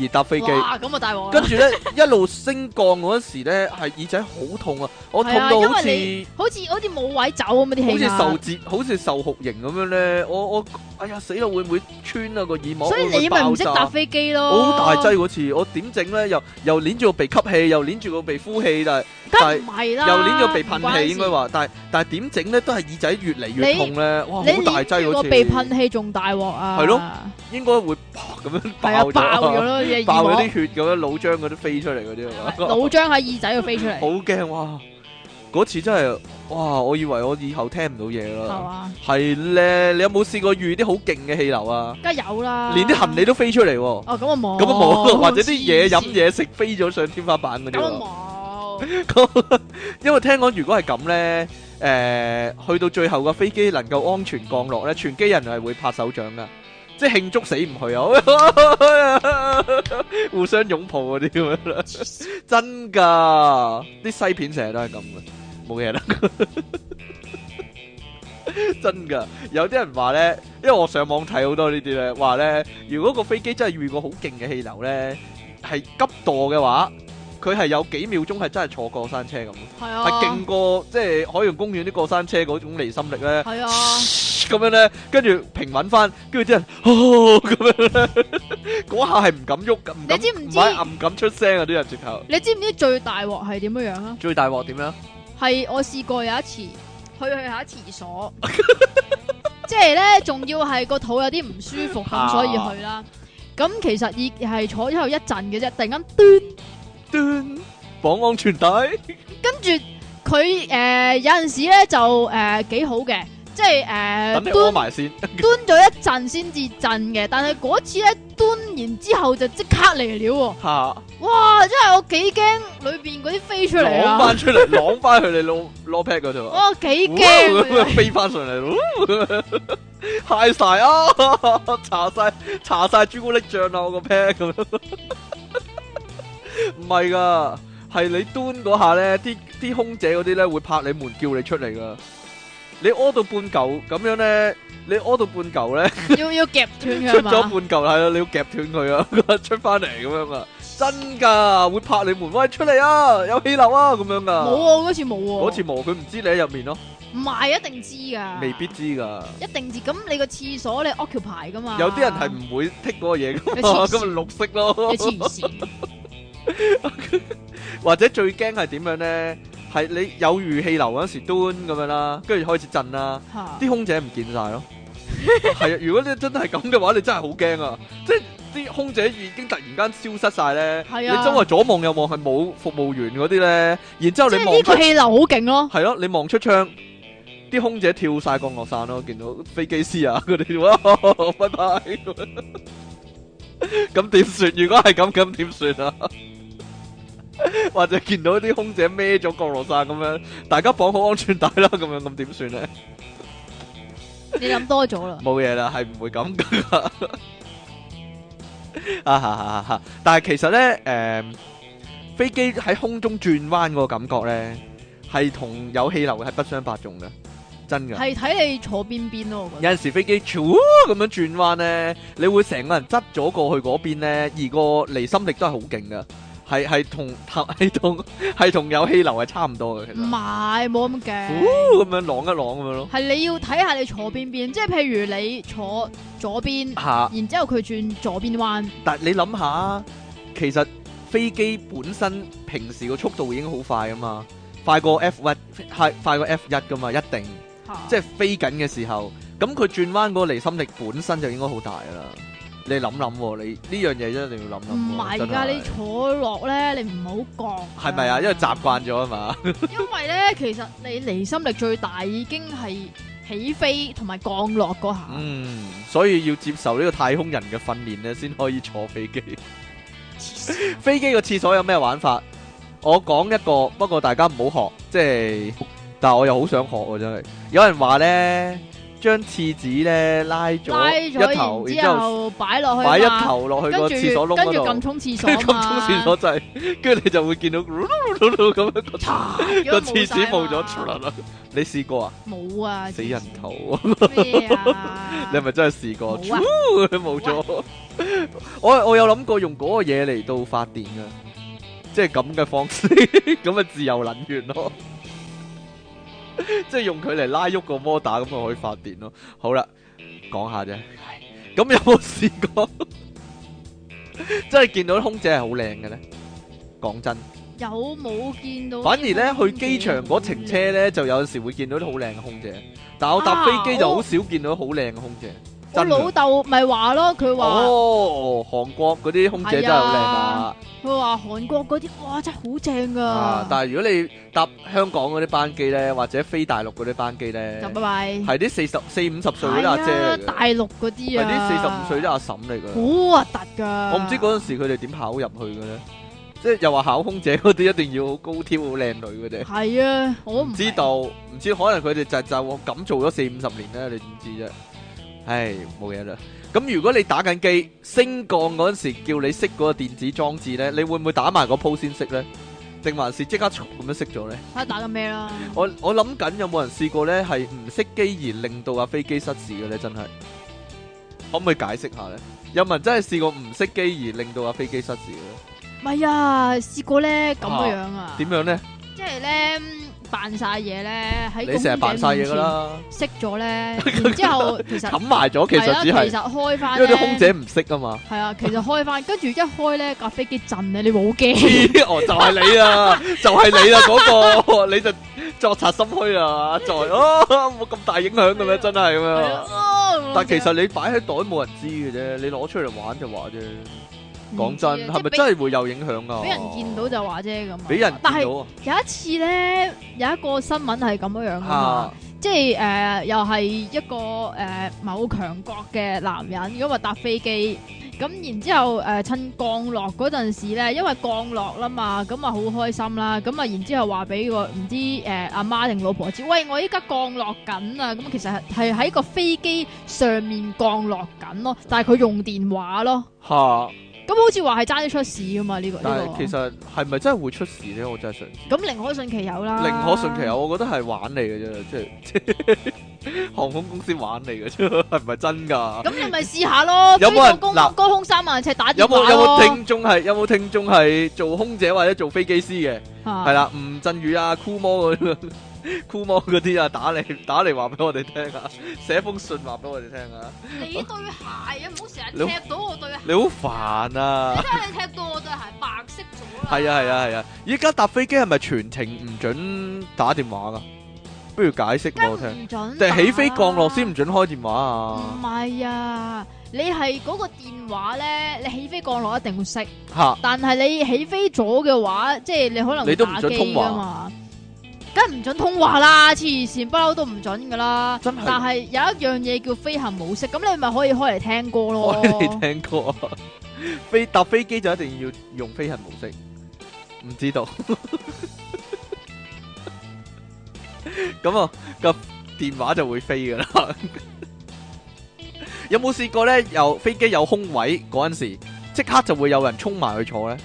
而搭飛機，
哇！咁啊大鑊
跟
啦！
住咧一路升降嗰時咧，係耳仔好痛啊，我痛到好
係啊因
似
為好似好似冇位走咁啊啲
好
氣
似
壓
受折，好似受酷刑咁樣咧。我我哎呀死啦，會唔會穿啊個耳膜？
所以你咪唔識搭
搭？
飛機咯。
啊我好大劑嗰次，我點整咧？又又捏住個鼻吸氣，又捏住個鼻呼氣，但係
梗唔係啦。
又捏住個鼻
啊唔關
噴
事
氣應該。話，但係但係點整咧？都係耳仔越嚟越
你
痛咧，哇！好
你
大
捏
劑
住
嗰
個
次。
鼻噴氣仲大鑊啊！
係咯，應該會啪咁樣
係啊，
爆
爆
<laughs>
咗
咗，
咯，你嘅耳
爆
膜
咗啲血咁樣，腦漿嗰啲飛出嚟
<laughs>
嗰啲啊嘛，
腦漿喺耳仔度飛出
好
嚟，
驚哇！嗰次真係哇，我以為我以後聽唔到嘢
係
啦。
嘛？
係咧，你有冇試過遇啲好勁嘅氣流啊？
梗係有啦。
連啲行李都飛出嚟喎，
哦，咁啊冇，
咁啊冇， <laughs> 或者啲嘢飲
黐線
嘢食飛咗上天花板嗰啲喎
咁。啊冇。
咁因為聽講如果係咁咧，誒、去到最後個飛機能夠安全降落咧，全機人係會拍手掌噶，即係慶祝死唔去啊， <laughs> 互相擁抱嗰啲咁樣啦，真噶，啲西片成日都係咁嘅，冇嘢啦。 <laughs> 真噶，有啲人話咧，因為我上網睇好多呢啲咧，話咧，如果個飛機真係遇過好勁嘅氣流咧，係急墮嘅話，佢係有幾秒鐘係真係坐過山車咁，
系啊，
係勁過即係海洋公園啲過山車嗰種離心力咧，
係啊，
<laughs> 咁樣咧，跟住平穩翻，跟住啲人 <laughs> 哦咁樣咧， <laughs> 嗰下係唔敢喐，唔敢
你知唔知
係唔敢出聲啊！啲人直頭
你知唔知最大鑊係點樣樣啊？
最大鑊點樣？
係我試過有一次去去下
<laughs>
廁所，即係咧，仲要係個肚有啲唔舒服咁，所以去啦。咁其實已係坐咗後一陣嘅啫，突然間嘟，
端綁安全帶。
跟住佢誒有陣時咧就誒幾好嘅，即係誒
等你屙 <laughs>
端
埋先，
端咗一陣先至震嘅，但係嗰次咧端完之後就即刻嚟料喎。
嚇
哇！真係我幾驚裏邊嗰啲飛出嚟
攞
啊！
翻出嚟，攞翻去你攞攞 pad 嗰度啊。
我幾
哇
驚
咁
佢
<laughs>
啊
樣飛翻上嚟咯， <laughs> 嗨晒啊！ <laughs> 搽晒搽晒朱古力醬啊啦，我個 pad 咁 <laughs> 樣。唔係噶，係你端嗰下咧，啲啲空姐嗰啲咧會拍你門叫你出嚟噶。你屙到半嚿咁樣咧，你屙到半嚿咧，
要要夾斷佢
出
係
咗
嘛？
半嚿係啦，你要夾斷佢啊， <laughs> 出翻嚟咁樣啊，真噶會拍你門，喂出嚟啊，有氣流啊咁樣
冇
噶。
喎，嗰次冇喎。
嗰次冇，佢唔知你喺入面咯，
唔係一定知噶，
未必知噶。
一定知。咁你個廁所你 occupy 噶嘛？
有啲人係唔會剔嗰個嘢噶
你
嘛，
黐線
<laughs> 咁咪綠色咯
你。黐線，
或者最驚係點樣咧？係你有餘氣流嗰時端咁樣啦，跟住開始震啦，
<laughs> 嚇
啲空姐唔見晒咯。係啊，如果你真係咁嘅話，你真係好驚啊！即係啲空姐已經突然間消失晒咧，
係啊
你周圍左望右望係冇服務員嗰啲咧，然之後
即
你
係呢
望出
個氣流好勁
<laughs>
咯，
係咯，你望出窗，啲空姐跳晒降落傘咯，見到飛機師啊佢哋，哇，拜拜咁樣，咁點算？如果係咁，咁點算啊？或者見到啲空姐孭咗降落傘咁樣，大家綁好安全帶啦，咁樣咁點算咧？。
你諗多咗啦
冇嘢啦，係唔會咁噶。啊哈哈哈哈！但係其實咧，誒、飛機喺空中轉彎嗰個感覺咧，係同有氣流係不相伯仲嘅，真㗎。
係睇你坐邊邊咯，我覺
有
得。
陣時飛機咁樣轉彎咧，你會成個人側咗過去嗰邊咧，而個離心力都係好勁㗎，係係 <laughs> 同係同係同有氣流係差唔多嘅，其
唔
實。
係冇咁勁，
呼咁樣啷一啷咁樣咯，
係你要睇下你坐邊邊，即係譬如你坐左邊，
嚇、
然之後佢轉左邊彎，
但你諗下，其實飛機本身平時個速度已經好快噶嘛，快過 F 一，快快過 F 一噶嘛，一定，即
係
係飛緊嘅時候，咁佢轉彎嗰個離心力本身就應該好大噶啦。你諗諗喎，你呢樣嘢一定要諗諗喎。
唔係
真
㗎？你坐落咧，你唔好覺。
係咪啊？因為習慣咗啊嘛，
因為咧，其實你離心力最大已經係起飛同埋降落嗰下，
嗯，所以要接受呢個太空人嘅訓練咧，先可以坐飛機。飛機個廁所有咩玩法？我講一個，不過大家唔好學，即係，但係我又好想學喎，真係。有人話咧，將廁紙咧拉
拉
咗一頭，然之
咗然之
後
後擺落去
擺一
嘛
頭落去
跟
個
住
廁所窿
跟住
嗰
撳
度，
沖廁所啊
<laughs> 跟住咁沖
嘛
廁所掣，跟住你就會見到嚕嚕嚕嚕咁樣
嚓
個
咁
廁紙冇咗
啊晒嘛
嚕嚕嚕，你試過啊？
冇啊！
死人頭 <laughs> 啊！？
咩啊
<laughs> 你係咪真係試過？
冇啊
<laughs> 冇咗。我我有諗過用嗰個嘢嚟到發電噶，即係咁嘅方式， <laughs> 咁咪自由能源咯。 <laughs> 即係用佢嚟拉喐個摩打，咁咪可以發電咯。好啦，講下啫。唉咁有冇試過？ <laughs> 真係見到啲空姐係好靚嘅咧。講真，
有冇見到？
反而咧去
啊
機場嗰程車，咧，就有時會見到啲好靚嘅空姐。但係我搭
啊
飛機就好
我
少見到好靚嘅空姐。
我
真㗎
老豆咪話咯，佢話
哦，韓國嗰啲空姐真係好靚啊！
佢話韓國嗰啲哇真係好正
啊
噶，，
但係如果你搭香港嗰啲班機咧，或者飛大陸嗰啲班機咧
就，拜拜。
係啲四十四五十歲嗰
係
啲阿姐
啊
嚟，
大
嘅，
陸嗰啲
係
啊，
啲四十五歲啲阿嬸嚟嘅。
好核啊突噶。
我唔知嗰陣時佢哋點考入去嘅咧，即係又話考空姐嗰啲一定要好高挑、好靚女嗰啲。
係啊，我唔
知道，唔知可能佢哋就就咁做咗四五十年咧，你點知啫？唉，冇嘢啦。咁如果你打緊機升降嗰陣時，叫你熄嗰個電子裝置咧，你會唔會打埋個鋪先熄咧？定還是即刻嘈咁樣熄咗咧？
睇下打緊咩啦。
我我諗緊有冇人試過咧，係唔熄機而令到架飛機失事嘅咧？真係可唔可以解釋下咧？有冇人真係試過唔熄機而令到架飛機失事嘅咧？
唔係啊，試過咧咁樣啊，
點樣咧？
即係咧扮晒嘢咧喺
你成日扮晒嘢噶啦，
熄咗咧，然之後其實
冚埋咗其
係啦
實只係
其實開翻
因為啲空姐唔識啊嘛。
係啊，其實開翻，跟住一開咧架飛機震咧，你會好驚。
<laughs> 哦，就係你啊，就係你啦，嗰個 <laughs> 你就作賊心虛啊，在哦冇咁大影響嘅咩，真係咁
係
樣。
啊哦
但其實你擺喺袋冇人知嘅啫，你攞出嚟玩就話啫。講
唔知啊
真，係咪
即係俾
真係會有影響啊？
俾人見到，就話啫咁啊？
俾人
但
見
係
到啊
有一次咧，有一個新聞係咁樣樣㗎嘛
啊，
即係誒又係一個誒某強國嘅男人咁啊搭飛機。咁然之後，誒、呃趁降落嗰陣時咧，因為降落啦嘛，咁啊好開心啦，咁啊然之後話俾個唔知誒阿媽定老婆知，喂我依家降落緊啊，咁其實係係喺個飛機上面降落緊咯，但係佢用電話咯，
嚇！
咁好似話係爭啲出事噶嘛呢、個
但
呢、
係
個，
其實係咪真係會出事咧？我真係想知。
咁啊寧可信其有啦，
寧可信其有，我覺得係玩你嘅啫，即係即係航空公司玩你嘅啫，係咪真㗎？
咁你咪試下咯，
有冇人
飛到
嗱
高高空三萬尺打電
<laughs> 有冇
話
有
咯
冇聽眾係有冇聽眾係做空姐或者做飛機師嘅？
啊
係啦，吳鎮宇啊、酷魔 <laughs> 嗰酷魔嗰啲啊，打嚟打嚟話俾我哋聽啊，寫封信話俾我哋聽啊。
你對鞋啊，唔好
你
成日踢到我對鞋，
你好煩啊！
真係你踢到我對鞋白色咗啦。
係啊係啊係啊！依家搭飛機係咪全程唔準打電話噶？不如解釋俾我聽，
唔准
定係起飛降落先
唔
唔準開電話啊？
唔係啊，你係嗰個電話咧，你起飛降落一定會熄，
吓
但係你起飛咗嘅話，即係你可能
你都唔
打
准
機
通話
㗎嘛，梗係唔准通話啦，黐線不嬲都唔准噶啦。
真係
但係有一樣嘢叫飛行模式，咁你咪可以開嚟聽歌
<laughs> 我
咯。
哋聽過， <laughs> 飛搭飛機就一定要用飛行模式，唔知道。 <laughs> 咁啊，個電話就會飛噶啦。 <laughs> 有冇試過咧？有飛機有空位嗰陣時，即刻就會有人衝埋去坐咧。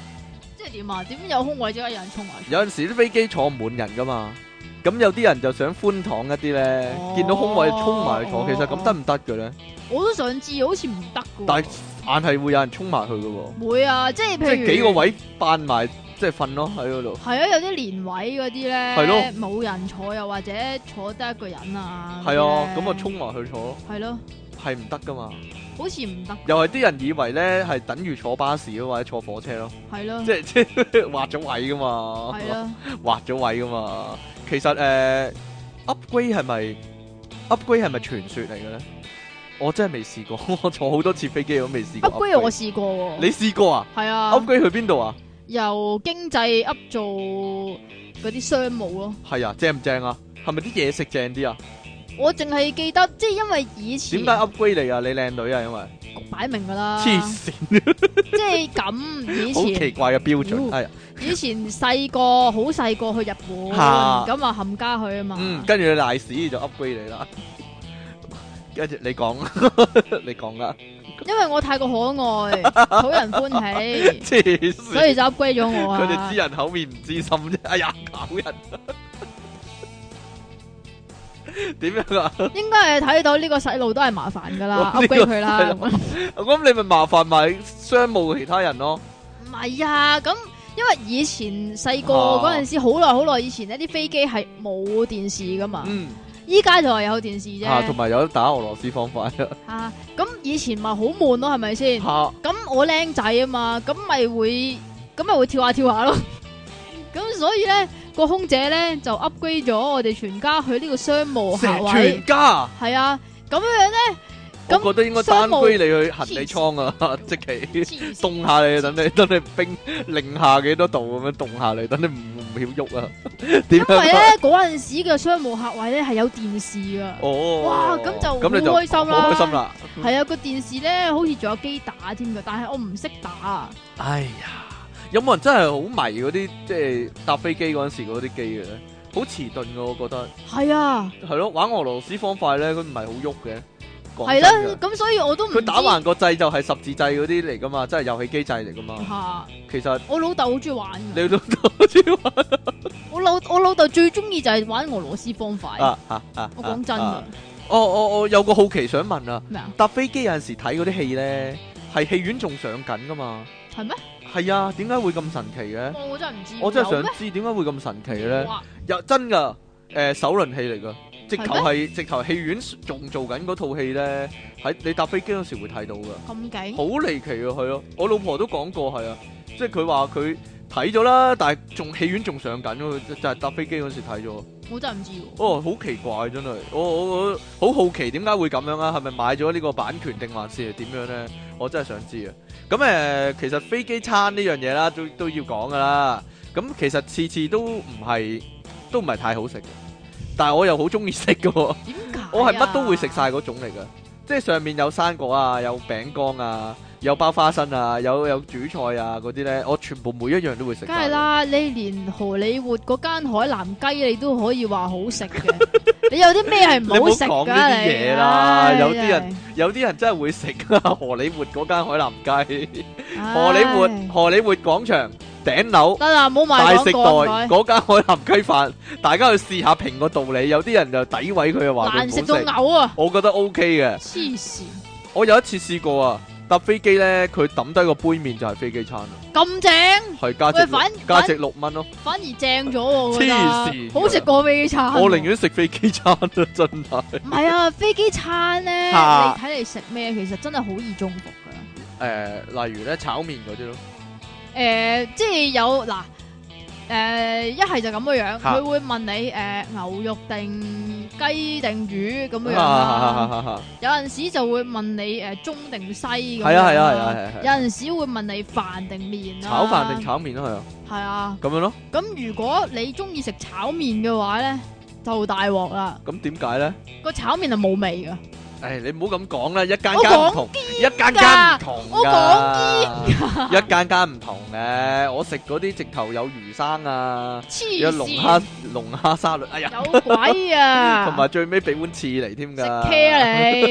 即係點啊？點有空位即刻有人衝埋去？
有陣時啲飛機坐滿人噶嘛，咁有啲人就想寬敞一啲咧，
哦
見到空位就衝埋去坐。其實咁
哦
得唔得嘅咧？
我都想知，好似唔得噶。
但係硬係會有人衝埋去嘅喎。
會啊，即係
即係
譬如
幾個位扮埋，即係瞓咯喺嗰度。
係啊，有啲連位嗰啲咧，
係咯
冇人坐又或者坐得一個人啊，
係啊，咁啊衝埋去坐咯，
係咯，
係唔得噶嘛。
好似唔得，
又係啲人以為咧係等於坐巴士啊或者坐火車咯，
係咯，
即係 <laughs> 啊即係劃咗位噶嘛，
嗯係啊咯，
劃咗位噶嘛。其實誒 upgrade 係咪 upgrade 係咪傳說嚟嘅咧？我真係未試過， <laughs> 我坐好多次飛機都未試過
upgrade 我試過喎，
你試過啊
係啊，
？upgrade 去邊度啊？
由經濟 up 做嗰啲商務咯，
係啊，正唔正啊？係咪啲嘢食正啲啊？
我淨係記得即係因為以前
點解 upgrade 你啊？你靚女啊，因為
擺明㗎啦，
黐線。
即係咁以
好
前哦啊
奇怪嘅標準，
妖
係
以前細個好細個去日
嚇
本，咁啊冚家去啊
嗯，
嘛，
跟住你賴屎就 upgrade 你啦， <laughs> 跟住你講，你講 <laughs> 啦，
因為我太過可
<laughs>
愛，討人歡喜，
黐
所
線，
以就 upgrade 咗我啊。
佢哋知人口面唔知心啫，哎呀，搞人， <laughs> 點樣啊？，
應該係睇到呢個細路都係麻煩噶啦
<laughs> 呢個
，upgrade 佢啦。啊
細咁你咪麻煩埋商務其他人咯，
唔係啊，咁因為以前細個
啊
嗰陣時，好耐好耐以前呢啲飛機係冇電視噶嘛，
嗯，
依家就係有電視
啊，同
啫。
埋有打俄羅斯方
<laughs>
法，
啊，咁以前咪好悶咯，係咪先？
嚇
咁我僆仔啊嘛，咁咪會咁咪會跳下跳下咯。 <laughs> 咁所以咧，個空姐咧就 upgrade 咗我哋全家去呢個商務客
成
位
全，家，
係啊，咁樣樣咧
我
咁
覺得應該
商
單
務
歸你去行李倉啊， <laughs> 即期。
黐線
凍下你，等你等你冰零下幾多度咁樣凍下你，等你唔唔曉喐啊？ <laughs> 點
因為
樣
咧
啊？
嗰陣時嘅商務客位咧係有電視啊噶，
哦，嗯
哇咁就
咁你就
好開心啦
好開心啦！
係啊個電視咧好似仲有機打添噶，但係我唔識打，啊
哎呀，有冇人真係好迷嗰啲即係搭飛機嗰陣時嗰啲機嘅咧？好遲鈍嘅，我覺得
係啊，
係咯，玩俄羅斯方塊咧，佢唔係好喐嘅。講
係
真㗎
啦，咁所以我都唔
佢打
知
橫個掣就係十字掣嗰啲嚟噶嘛，即係遊戲機掣嚟噶嘛。
嚇，
其實
我老豆好中意玩㗎，
你都都知道
我老我老豆最中意就係玩俄羅斯方塊，
啊啊啊！
我講真
啊
㗎，
哦哦哦，有個好奇想問啊！
咩啊
搭飛機有陣時睇嗰啲戲咧，係戲院仲上緊噶嘛？
係咩？
係啊，點解會咁神奇嘅？
我我真係唔知，
我真係
有咩
想知點解會咁神奇咧？
哇
又真噶，誒、首輪戲嚟噶，直頭
係
係直頭戲院仲做緊嗰套戲咧，喺你搭飛機嗰時會睇到噶，
咁勁
好離奇啊，係咯、我老婆都講過係啊，即係佢話佢睇咗啦，但係仲戲院仲上緊咯，就就係搭飛機嗰時睇咗。
我真係唔知喎，
哦，好奇怪真係，我我我好好奇點解會咁樣啊？係咪買咗呢個版權定還是係點樣呢？我真係想知啊！咁誒、呃其實飛機餐呢樣嘢啦，都都要講噶啦。咁其實次次都唔係都唔係太好食嘅，但係我又好中意食嘅
<laughs>
喎。
點解啊？
我係乜都會食晒嗰種
哎
嚟㗎，即係上面有生果啊，有餅乾啊，有包花生啊，有有主菜啊嗰啲呢，我全部每一樣都會食
梗係
晒。
啦，你連荷里活嗰間海南雞你都可以話好食
<laughs>
嘅，你有啲咩係唔好食
你唔好講呢
㗎？
啲
你
嘢啦
唉
有啲人
真係
有啲人真係會食啊 <laughs> 荷里活嗰間海南雞。
唉
荷里活荷里活廣場頂樓
得啦，唔好
大
賣
食
廣
代
告唔
嗰 <laughs>
該
間海南雞飯，大家去試下評個道理。有啲人就詆毀佢，又話佢
難食
唔
到
好食。
嘔啊！
我覺得 OK 嘅。
黐線，
我有一次試過啊，搭飛機咧，佢抌低個杯麵就係飛機餐啦，
咁正，
係價值
喂
六
反
價值六蚊咯。
反而正咗喎我覺得
黐線
好食過飛機餐喎。
我寧願食飛機餐啊， <laughs> 真係。
唔係啊，飛機餐咧，你
嚇
睇你食咩，其實真係好易中毒㗎。
誒，例如咧炒麵嗰啲咯，
呃誒，即係有嗱，诶一係就咁嘅樣，
嚇
佢會問你诶牛肉定雞定魚咁樣啦。
啊
有陣時就會問你诶中定西咁樣啦。
係啊係啊係啊係啊係啊
有陣時會問你飯定麵啦。
炒飯定炒面咯，係啊，
係啊，
咁樣咯。
咁如果你中意食炒面嘅話咧，就大鑊啦。
咁點解咧？
個炒面係冇味㗎。
诶，你唔好咁講啦，一間間
我
唔同，一間間唔同
我
噶，一間間唔同嘅。我食嗰啲直頭有魚生啊，有
黐
龍蝦
線，
龍蝦沙律，哎呀，
有鬼
<laughs>
啊！
同埋最尾俾碗刺嚟添
食
㗎。
K
<laughs>
啊你，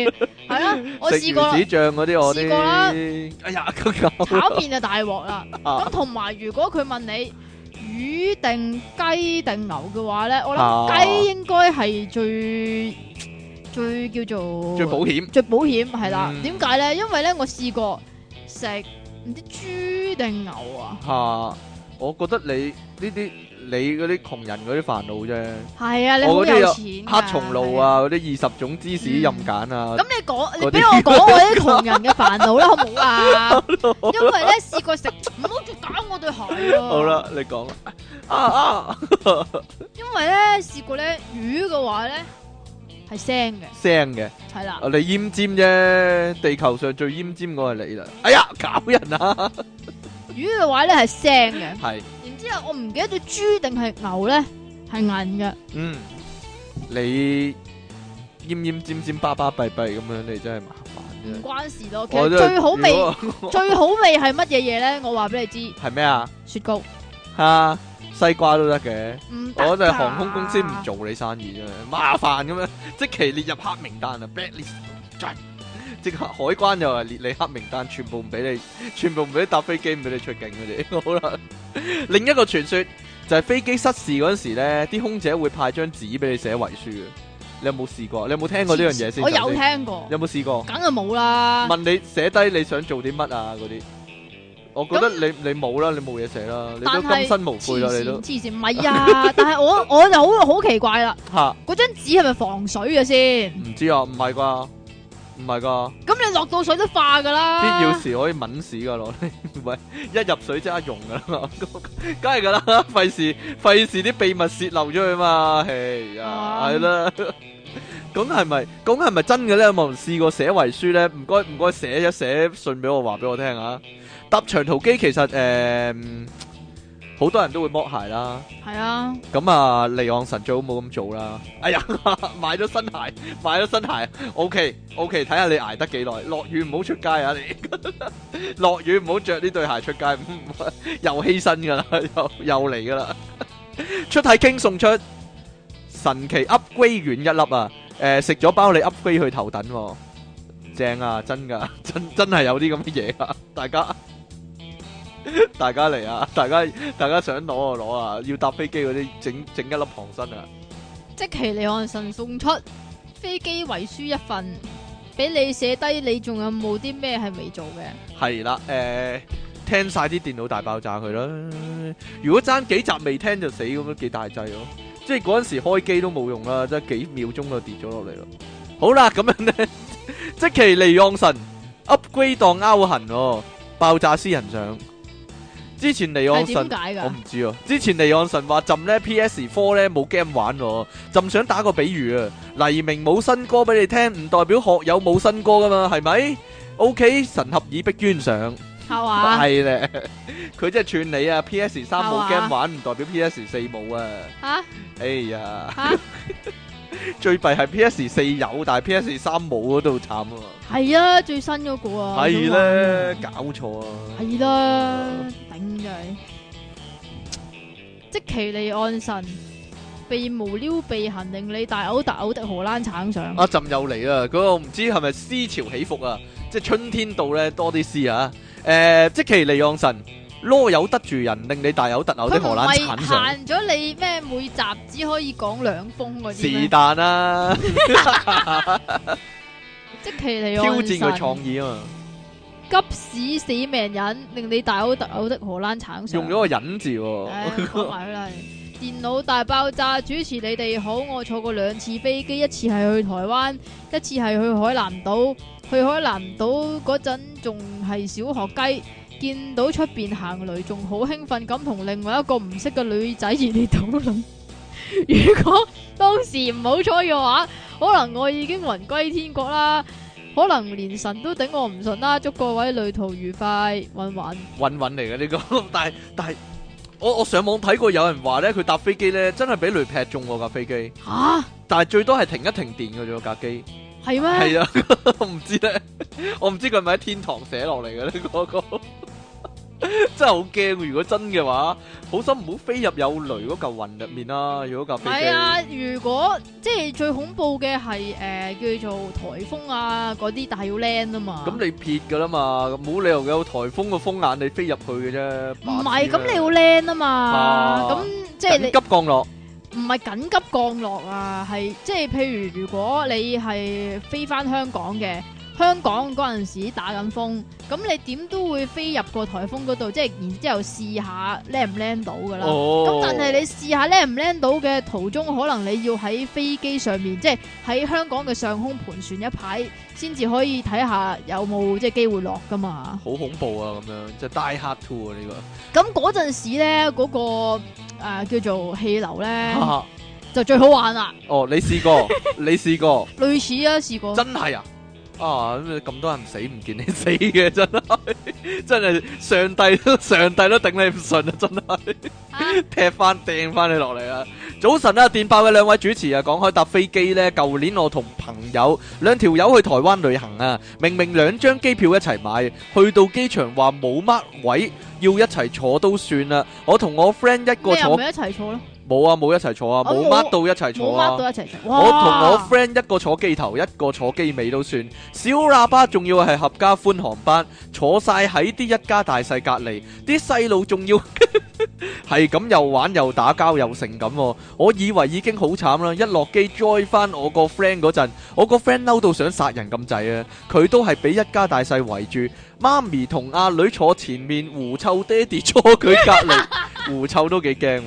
係啊，我
食
試過啦
魚子醬嗰啲我
試過啦
啲，哎呀， <laughs> 佢咁
炒面就大鑊啦。咁同埋如果佢問你魚定雞定牛嘅話咧，我
啊
諗雞應該係最最叫做
最保險。
最保險係啦
嗯。
點解咧？因為咧我試過食唔知豬定牛啊，
吓、我覺得你呢啲你嗰啲窮人嗰啲煩惱啫，
係啊，你好
我嗰啲
有
有
錢㗎嗯
黑松露。啊，嗰啲二十種芝士任揀啊
咁，你講，你
嗰啲
俾我講我啲窮人嘅煩惱啦，好唔好
<laughs>
啊？因為咧試過食，唔好再搞我對鞋啊！
好啦，你講啦啊啊
因為咧試過咧魚嘅話咧係腥嘅，
聲嘅，
係啦，
我哋啊奄尖啫，地球上最奄尖嗰個係你啦，哎呀，搞人啊，
魚嘅話咧係腥
<laughs>
嘅。
係，
然之後我唔記得咗豬定係牛咧係銀嘅，
嗯，你奄奄尖尖巴巴閉閉咁樣，你真係麻煩
唔
啫。
關事咯。其
我
實
真係
最好味
如
<laughs>
果
最好味係乜嘢嘢咧？我話俾你知，
係咩啊？
雪糕
吓，西瓜都得嘅。
唔得㗎
我哋航空公司唔。做你生意啫，麻煩咁樣，即期列入黑名單啊，blacklist，再即刻海關又話列你黑名單，全部唔俾你， <laughs> 全部唔俾你搭飛機，唔俾你出境嗰啲。 <laughs> 好啦，另一個傳說就係、飛機失事嗰陣時咧，啲空姐會派張紙俾你寫遺書嘅。你有冇試過？你有冇聽過呢樣嘢先？
我有
首先，
聽過，啊
有冇試過？
梗係冇啦。
問你寫低你想做啲乜啊嗰啲？我覺得你你冇啦，你冇嘢寫啦，你都
但係
今生無
黐
悔啦，啊你
線
都
黐線，唔係啊！ <laughs> 但係我我就好好奇怪啦，
嚇。
嗰張紙係咪防水嘅先？
唔知啊，唔係啩？唔係啩？
咁你落到水都化㗎啦。
必要時可以抿屎噶攞嚟， <laughs> 唔係一入水即刻用噶啦， <laughs> 梗係噶啦，費事費事啲秘密泄漏咗去嘛，係呀，
啊
係啦。 <laughs> 咁係咪咁係咪真嘅咧？有冇人試過寫遺書咧？唔該唔該，寫一寫信俾我，話俾我聽啊！搭長途機其實誒，嗯好、多人都會剝鞋啦。
係啊。
咁啊，離岸神最好冇咁做啦。哎呀， <laughs> 買咗新鞋，買咗新鞋，OK OK，睇下你捱得幾耐。落雨唔好出街啊你， <laughs> 落雨唔好着呢對鞋出街， <laughs> 唔又犧牲噶啦， <laughs> 又又嚟噶啦。 <laughs> 出體傾送出神奇 upgrade 丸一粒啊！誒、食咗包你 upgrade 去頭等喎、正啊，真噶， <laughs> 真真係有啲咁嘅嘢啊！大家 <laughs> 大家嚟啊，大家。大家想攞就攞啊，要搭飛機嗰啲整整一粒旁身啊，
即其離岸神送出飛機遺書一份，俾你寫低你仲有冇啲咩係未做嘅？
係啦，誒、聽晒啲電腦大爆炸佢啦。如果爭幾集未聽就死咁樣幾大劑咯，即係嗰陣時開機都冇用啦，即係幾秒鐘就跌咗落嚟咯。好啦，咁樣咧， <laughs> 即其離岸神 upgrade 當勾痕喎，爆炸私人相。之前離岸
係
神
點。解
我
㗎？
唔知啊。之前離岸神話朕咧 PS Four 咧冇 game 玩喎，朕想打個比喻啊，黎明冇新歌俾你聽，唔代表學友冇新歌噶嘛，係咪？O.K. 神合耳逼捐上，
係嘛？
係咧， <laughs> 佢真係串你啊！P.S. 三
係
冇
嘛
game 玩，唔代表 P.S. 四冇啊！
吓
哎呀，
吓
最弊係 P.S. 四有，但係 P.S. 三冇嗰度慘啊！
係啊，最新嗰個啊，
係
我
咧
想，
搞錯啊！
玩啊，係啦，頂就係。即其離岸神被無撩鼻痕令你大嘔大嘔的荷蘭橙上，
阿朕又嚟啦！嗰個唔知係咪思潮起伏啊，即係春天到咧多啲詩啊！誒、即其利昂神，啰柚得住人，令你大有特有的
佢唔
荷蘭產
係
上，
限咗你咩每集只可以講兩封嗰啲
是
咩？
但啦，
即其離
挑
岸
戰
神
佢創意啊嘛！
急屎死命人，令你大嘔特嘔的荷蘭橙上。
用咗個忍字喎、
唉，講埋佢啦。電腦大爆炸，主持你哋好。我坐過兩次飛機，一次係去台灣，一次係去海南島。去海南島嗰陣仲係小學雞，見到出邊行雷，仲好興奮咁同另外一個唔識嘅女仔熱烈討 <laughs> 論。如果當時唔好彩嘅話，可能我已經魂歸天國啦，可能連神都頂我唔順啦。祝各位旅途愉快，運運。
韻韻嚟嘅呢個， <laughs> 但係但係我我上網睇過有人話咧，佢搭飛機咧真係俾雷劈中喎架飛機，
吓，
但係最多係停一停電嘅啫架機，
係咩？
係啊，我唔知咧， <laughs> 我唔知佢係咪喺天堂寫落嚟 <laughs> 嘅呢個個，真係好驚！如果真嘅話，好心唔好飛入有雷嗰嚿雲入面啦，如果架飛
係啊，
機
如果即係最恐怖嘅係誒叫做颱風啊嗰啲，但係要 land 啊嘛。
咁你撇㗎啦嘛，冇理由有颱風個風眼你飛入去嘅啫，
唔
白
係
痴
咁你
啊
要 land 啊嘛，
啊
咁即係你。
緊急降落。
唔係緊急降落啊，係即係譬如如果你係飛翻香港嘅，香港嗰陣時打緊風，咁你點都會飛入個颱風嗰度，即係然之後試下 land 唔 land 到噶啦。咁、
哦，
但係你試下 land 唔 land 到嘅途中，可能你要喺飛機上面，即係喺香港嘅上空盤旋一排，先至可以睇下有冇即係機會落噶嘛。
好恐怖啊！咁樣即係 Die Hard Two 啊呢個
咁嗰陣時咧，嗰、個呃叫做氣流咧，
哈哈。
就最好玩啦。
<laughs> 哦，你試過，你試過，
類似啊，試過。
真係啊！啊咁咁多人死唔見你 <laughs> 死嘅真係，真係 <laughs> 上帝都上帝都頂你唔順啊！真係 <laughs>
啊
踢翻掟翻你落嚟啊！早晨啊，電爆嘅兩位主持啊，講開搭飛機呢，舊年我同朋友兩條友去台灣旅行啊，明明兩張機票一齊買，去到機場話冇乜位，要一齊坐都算啦。我同我 friend 一個
你又
坐
唔。啊係一齊坐咯，
冇啊，冇一齊坐啊，
哦
冇乜到一齊
冇
坐
孖
啊。
到一齊坐。
我同我
哇
friend 一個坐機頭，一個坐機尾都算。小喇叭仲要係合家歡航班，坐晒喺啲一家大細隔離，啲細路仲要 <laughs> 係咁又玩又打交又成咁喎。我以為已經好慘啦，一落機 join 翻我個 friend 嗰陣，我個 friend 嬲到想殺人咁滯啊！佢都係俾一家大細圍住，媽咪同阿女坐前面，狐臭爹哋坐佢隔離，狐臭都幾驚喎。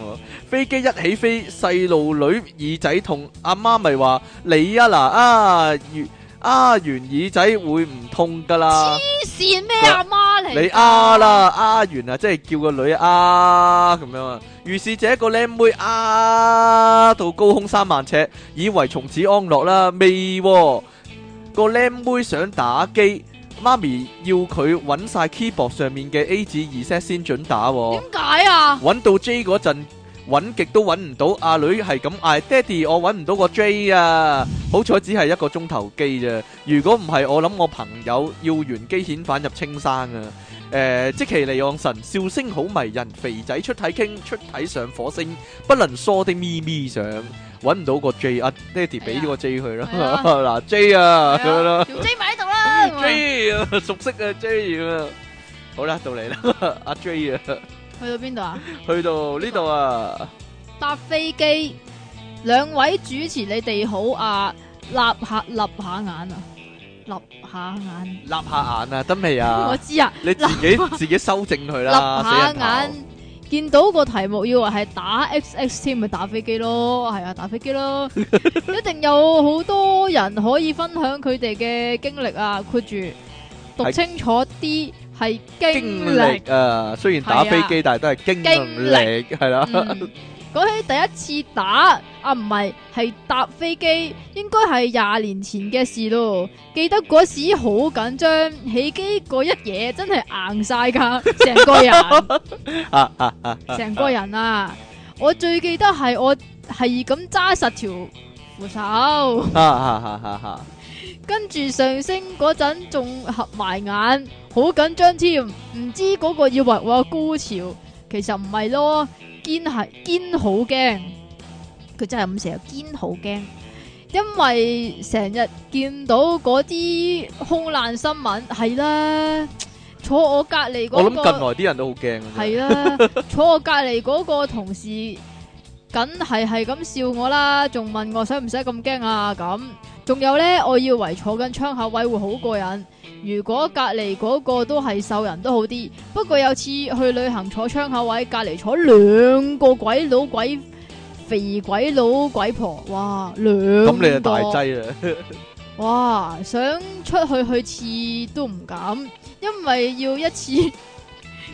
飛機一起飛，細路女耳仔痛，阿媽咪話：你啊嗱啊，完啊完耳仔會唔痛噶啦，
黐線咩阿媽嚟？
你啊啦啊完啊，即係叫個女啊咁樣啊。於是這個靚妹啊到高空三萬尺，以為從此安樂啦，未喎、個靚妹想打機，媽咪要佢揾晒 keyboard 上面嘅 A 至二 set 先準打喎、
點解啊？
揾到 J 嗰陣，揾極都揾唔到，阿女係咁嗌：爹哋，我揾唔到個 J 啊！好彩只係一個鐘頭機啫，如果唔係，我諗我朋友要原機遣返入青山啊！誒、即其利昂神笑聲好迷人，肥仔出體傾，出體上火星，不能梳的咪咪上，揾唔到個 J 啊！爹哋俾咗個 J 佢啦，
係啊
<laughs> 嗱 J 啊咁樣啦
條 J 埋喺度啦，咁啊
，J 啊 <laughs> 熟悉啊 J 咁啊，好啦，到你 <laughs> 啦，阿 J 啊！
去到邊度啊？
去到呢度啊，
搭飛機，兩位主持你哋好啊！立下立下眼啊，立下眼，
立下眼啊，得未啊
<laughs> 我？知啊，
你自己自己修正佢
立
啦，死
下
人頭
眼。見到個題目以為係打 X X 添，咪打飛機咯，係啊，打飛機咯， <laughs> 一定有好多人可以分享佢哋嘅經歷啊，括住讀
係
清楚啲係
經
經歷。
歷啊，雖然打飛機，但係都係經歷係啦。 <laughs>
嗯講起第一次打啊，唔係係搭飛機，應該係廿年前嘅事咯。記得嗰時好緊張，起機嗰一嘢真係硬晒㗎，成個人。
啊啊啊！
成個人啊！我最記得係我係咁揸實條扶手，
啊啊啊啊！
跟住上升嗰陣仲合埋眼，好緊張添，唔知嗰個以為我有高潮，其實唔係咯，堅係堅好驚，佢真係咁成日堅好驚。因為成日見到嗰啲空難新聞，係啦，坐我隔離嗰個
我諗近來啲人都好驚 <laughs> 啊。
系啦，坐我隔篱嗰个同事，梗系系咁笑我啦，仲问我使唔使咁惊啊咁。仲有呢，我以为坐紧窗口位会好过瘾，如果隔篱嗰个都系瘦人都好啲。不过有次去旅行坐窗口位，隔篱坐两个鬼佬鬼肥鬼佬鬼婆，哇，两
咁你就大
個
劑啦。
哇！想出去去廁都唔敢，因為要一次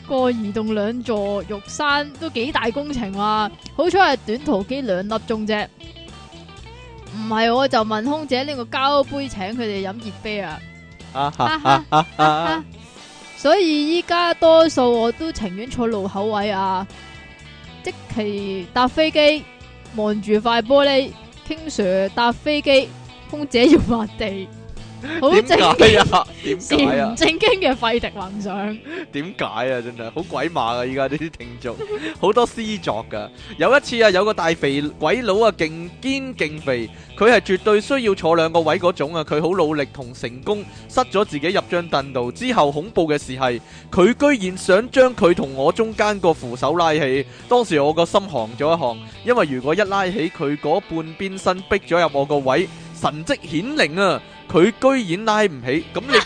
個移動兩座玉山都幾大工程哇！好彩係短途機兩粒鐘啫。唔係我就問空姐拎個膠杯請佢哋飲熱啤啊！
啊
哈
哈
哈
哈哈哈
啊！所以依家多數我都情願坐路口位啊，即期搭飛機望住塊玻璃，King Sir 搭飛機，空姐要抹地，好
點
正
解啊？點
事
解啊
<laughs> 唔？正經嘅費迪幻想，
點解啊？真係好鬼馬啊！依家呢啲聽眾好多詩作噶。有一次啊，有個大肥鬼佬啊，勁堅勁肥，佢係絕對需要坐兩個位嗰種啊。佢好努力同成功塞咗自己入張凳度。之後恐怖嘅事係，佢居然想將佢同我中間個扶手拉起。當時我個心寒咗一寒，因為如果一拉起佢嗰半邊身逼咗入我個位，神跡顯靈啊！佢居然拉唔起，咁你。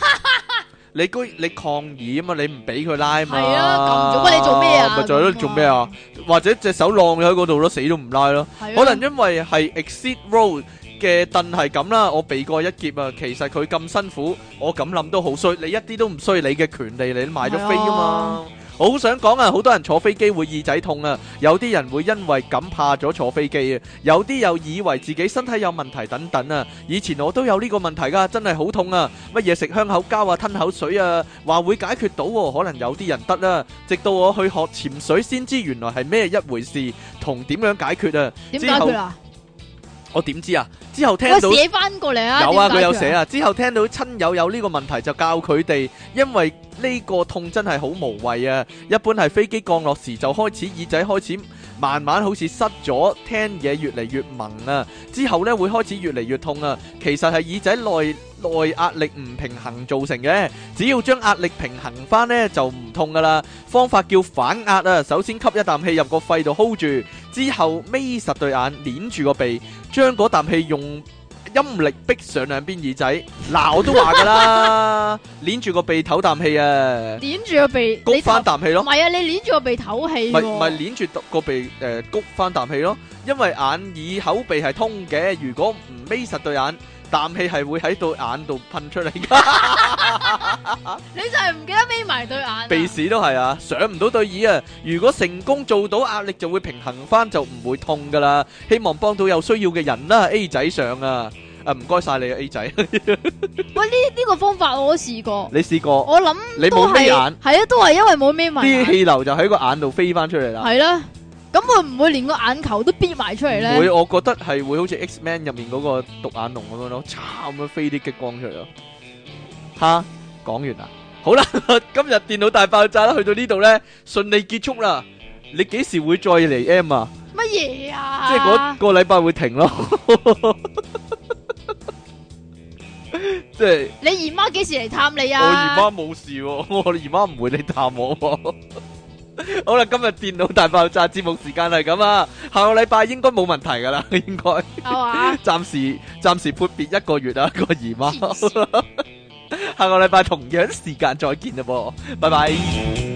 你居你抗議啊嘛，你唔俾佢拉
<laughs>
嘛。
係啊撳咗喂你做咩啊
咪就係咯，
咁啊
做咩啊？或者隻手晾咗喺嗰度咯，死都唔拉咯。
係
可
啊
能因為係 exit road 嘅凳係咁啦，我避過一劫啊。其實佢咁辛苦，我咁諗都好衰。你一啲都唔衰，你嘅權利你都買咗飛啊嘛。我好想講啊，好多人坐飛機會耳仔痛啊，有啲人會因為咁怕咗坐飛機啊，有啲又以為自己身體有問題等等啊。以前我都有呢個問題㗎，真係好痛啊！乜嘢食香口膠啊、吞口水啊，話會解決到喎、可能有啲人得啦、直到我去學潛水先知原來係咩一回事，同點樣解決啊！
點解
之後
佢啊？
我點知啊？之後聽
喂，
到。
寫翻過嚟啊！
有啊，
點解
佢有
啊
寫啊。之後聽到親友有呢個問題，就教佢哋，因為呢個痛真係好無謂啊。一般係飛機降落時就開始耳仔開始慢慢好似塞咗，聽嘢越嚟越蒙啊。之後呢會開始越嚟越痛啊。其實係耳仔內內壓力唔平衡造成嘅，只要將壓力平衡翻呢，就唔痛噶啦。方法叫反壓啊，首先吸一啖氣入個肺度 hold 住，之後眯實對眼，捏住個鼻，將嗰啖氣用。陰力逼上兩邊耳仔，嗱我都話噶啦，捏住個鼻唞啖氣啊，
捏住個鼻，
谷
你
翻
唞
啖氣
唔
咯，
係啊！你捏住個鼻唞氣
咪
喎，
咪捏住個鼻誒谷翻啖氣咯，因為眼耳口鼻係通嘅，如果唔眯實對眼，啖氣係會喺對眼度噴出嚟噶，
你就係唔記得眯埋對眼啊。
鼻屎都係啊，上唔到對耳啊，如果成功做到壓力就會平衡翻，就唔會痛噶啦，希望幫到有需要嘅人啦，A 仔上啊，啊唔該晒你啊 A 仔， <laughs>
呢個方法我都試過，
你試過
我諗
哦你
都
冇眯
係
眼？
係啊，都係因為冇眯埋
啲
眼。
氣啊流就喺個眼度飛翻出嚟啦。
係啦，咁會唔會連個眼球都逼埋出嚟
唔會，啊
咧？
我覺得係會好似 X-Men 入面嗰個獨眼龍咁樣咯，嚓咁樣飛啲激光出嚟咯。吓，講完啦， <laughs> 好啦，今日電腦大爆炸啦，去到呢度咧，順利結束啦。你幾時會再嚟 M 啊？
乜嘢啊？
即係嗰個禮拜會停咯。即係
你姨媽幾時嚟探你
我姨
啊？
媽冇事喎，我姨媽唔會嚟探我喎。好啦，今日電腦大爆炸節目時間係咁啊，下個禮拜應該冇問題噶啦， <laughs> 應該。<laughs>
係嘛？
暫時暫時闊別一個月啊，個
<laughs>
姨媽。
黐線
下個禮拜同樣時間再見啦噃，拜拜。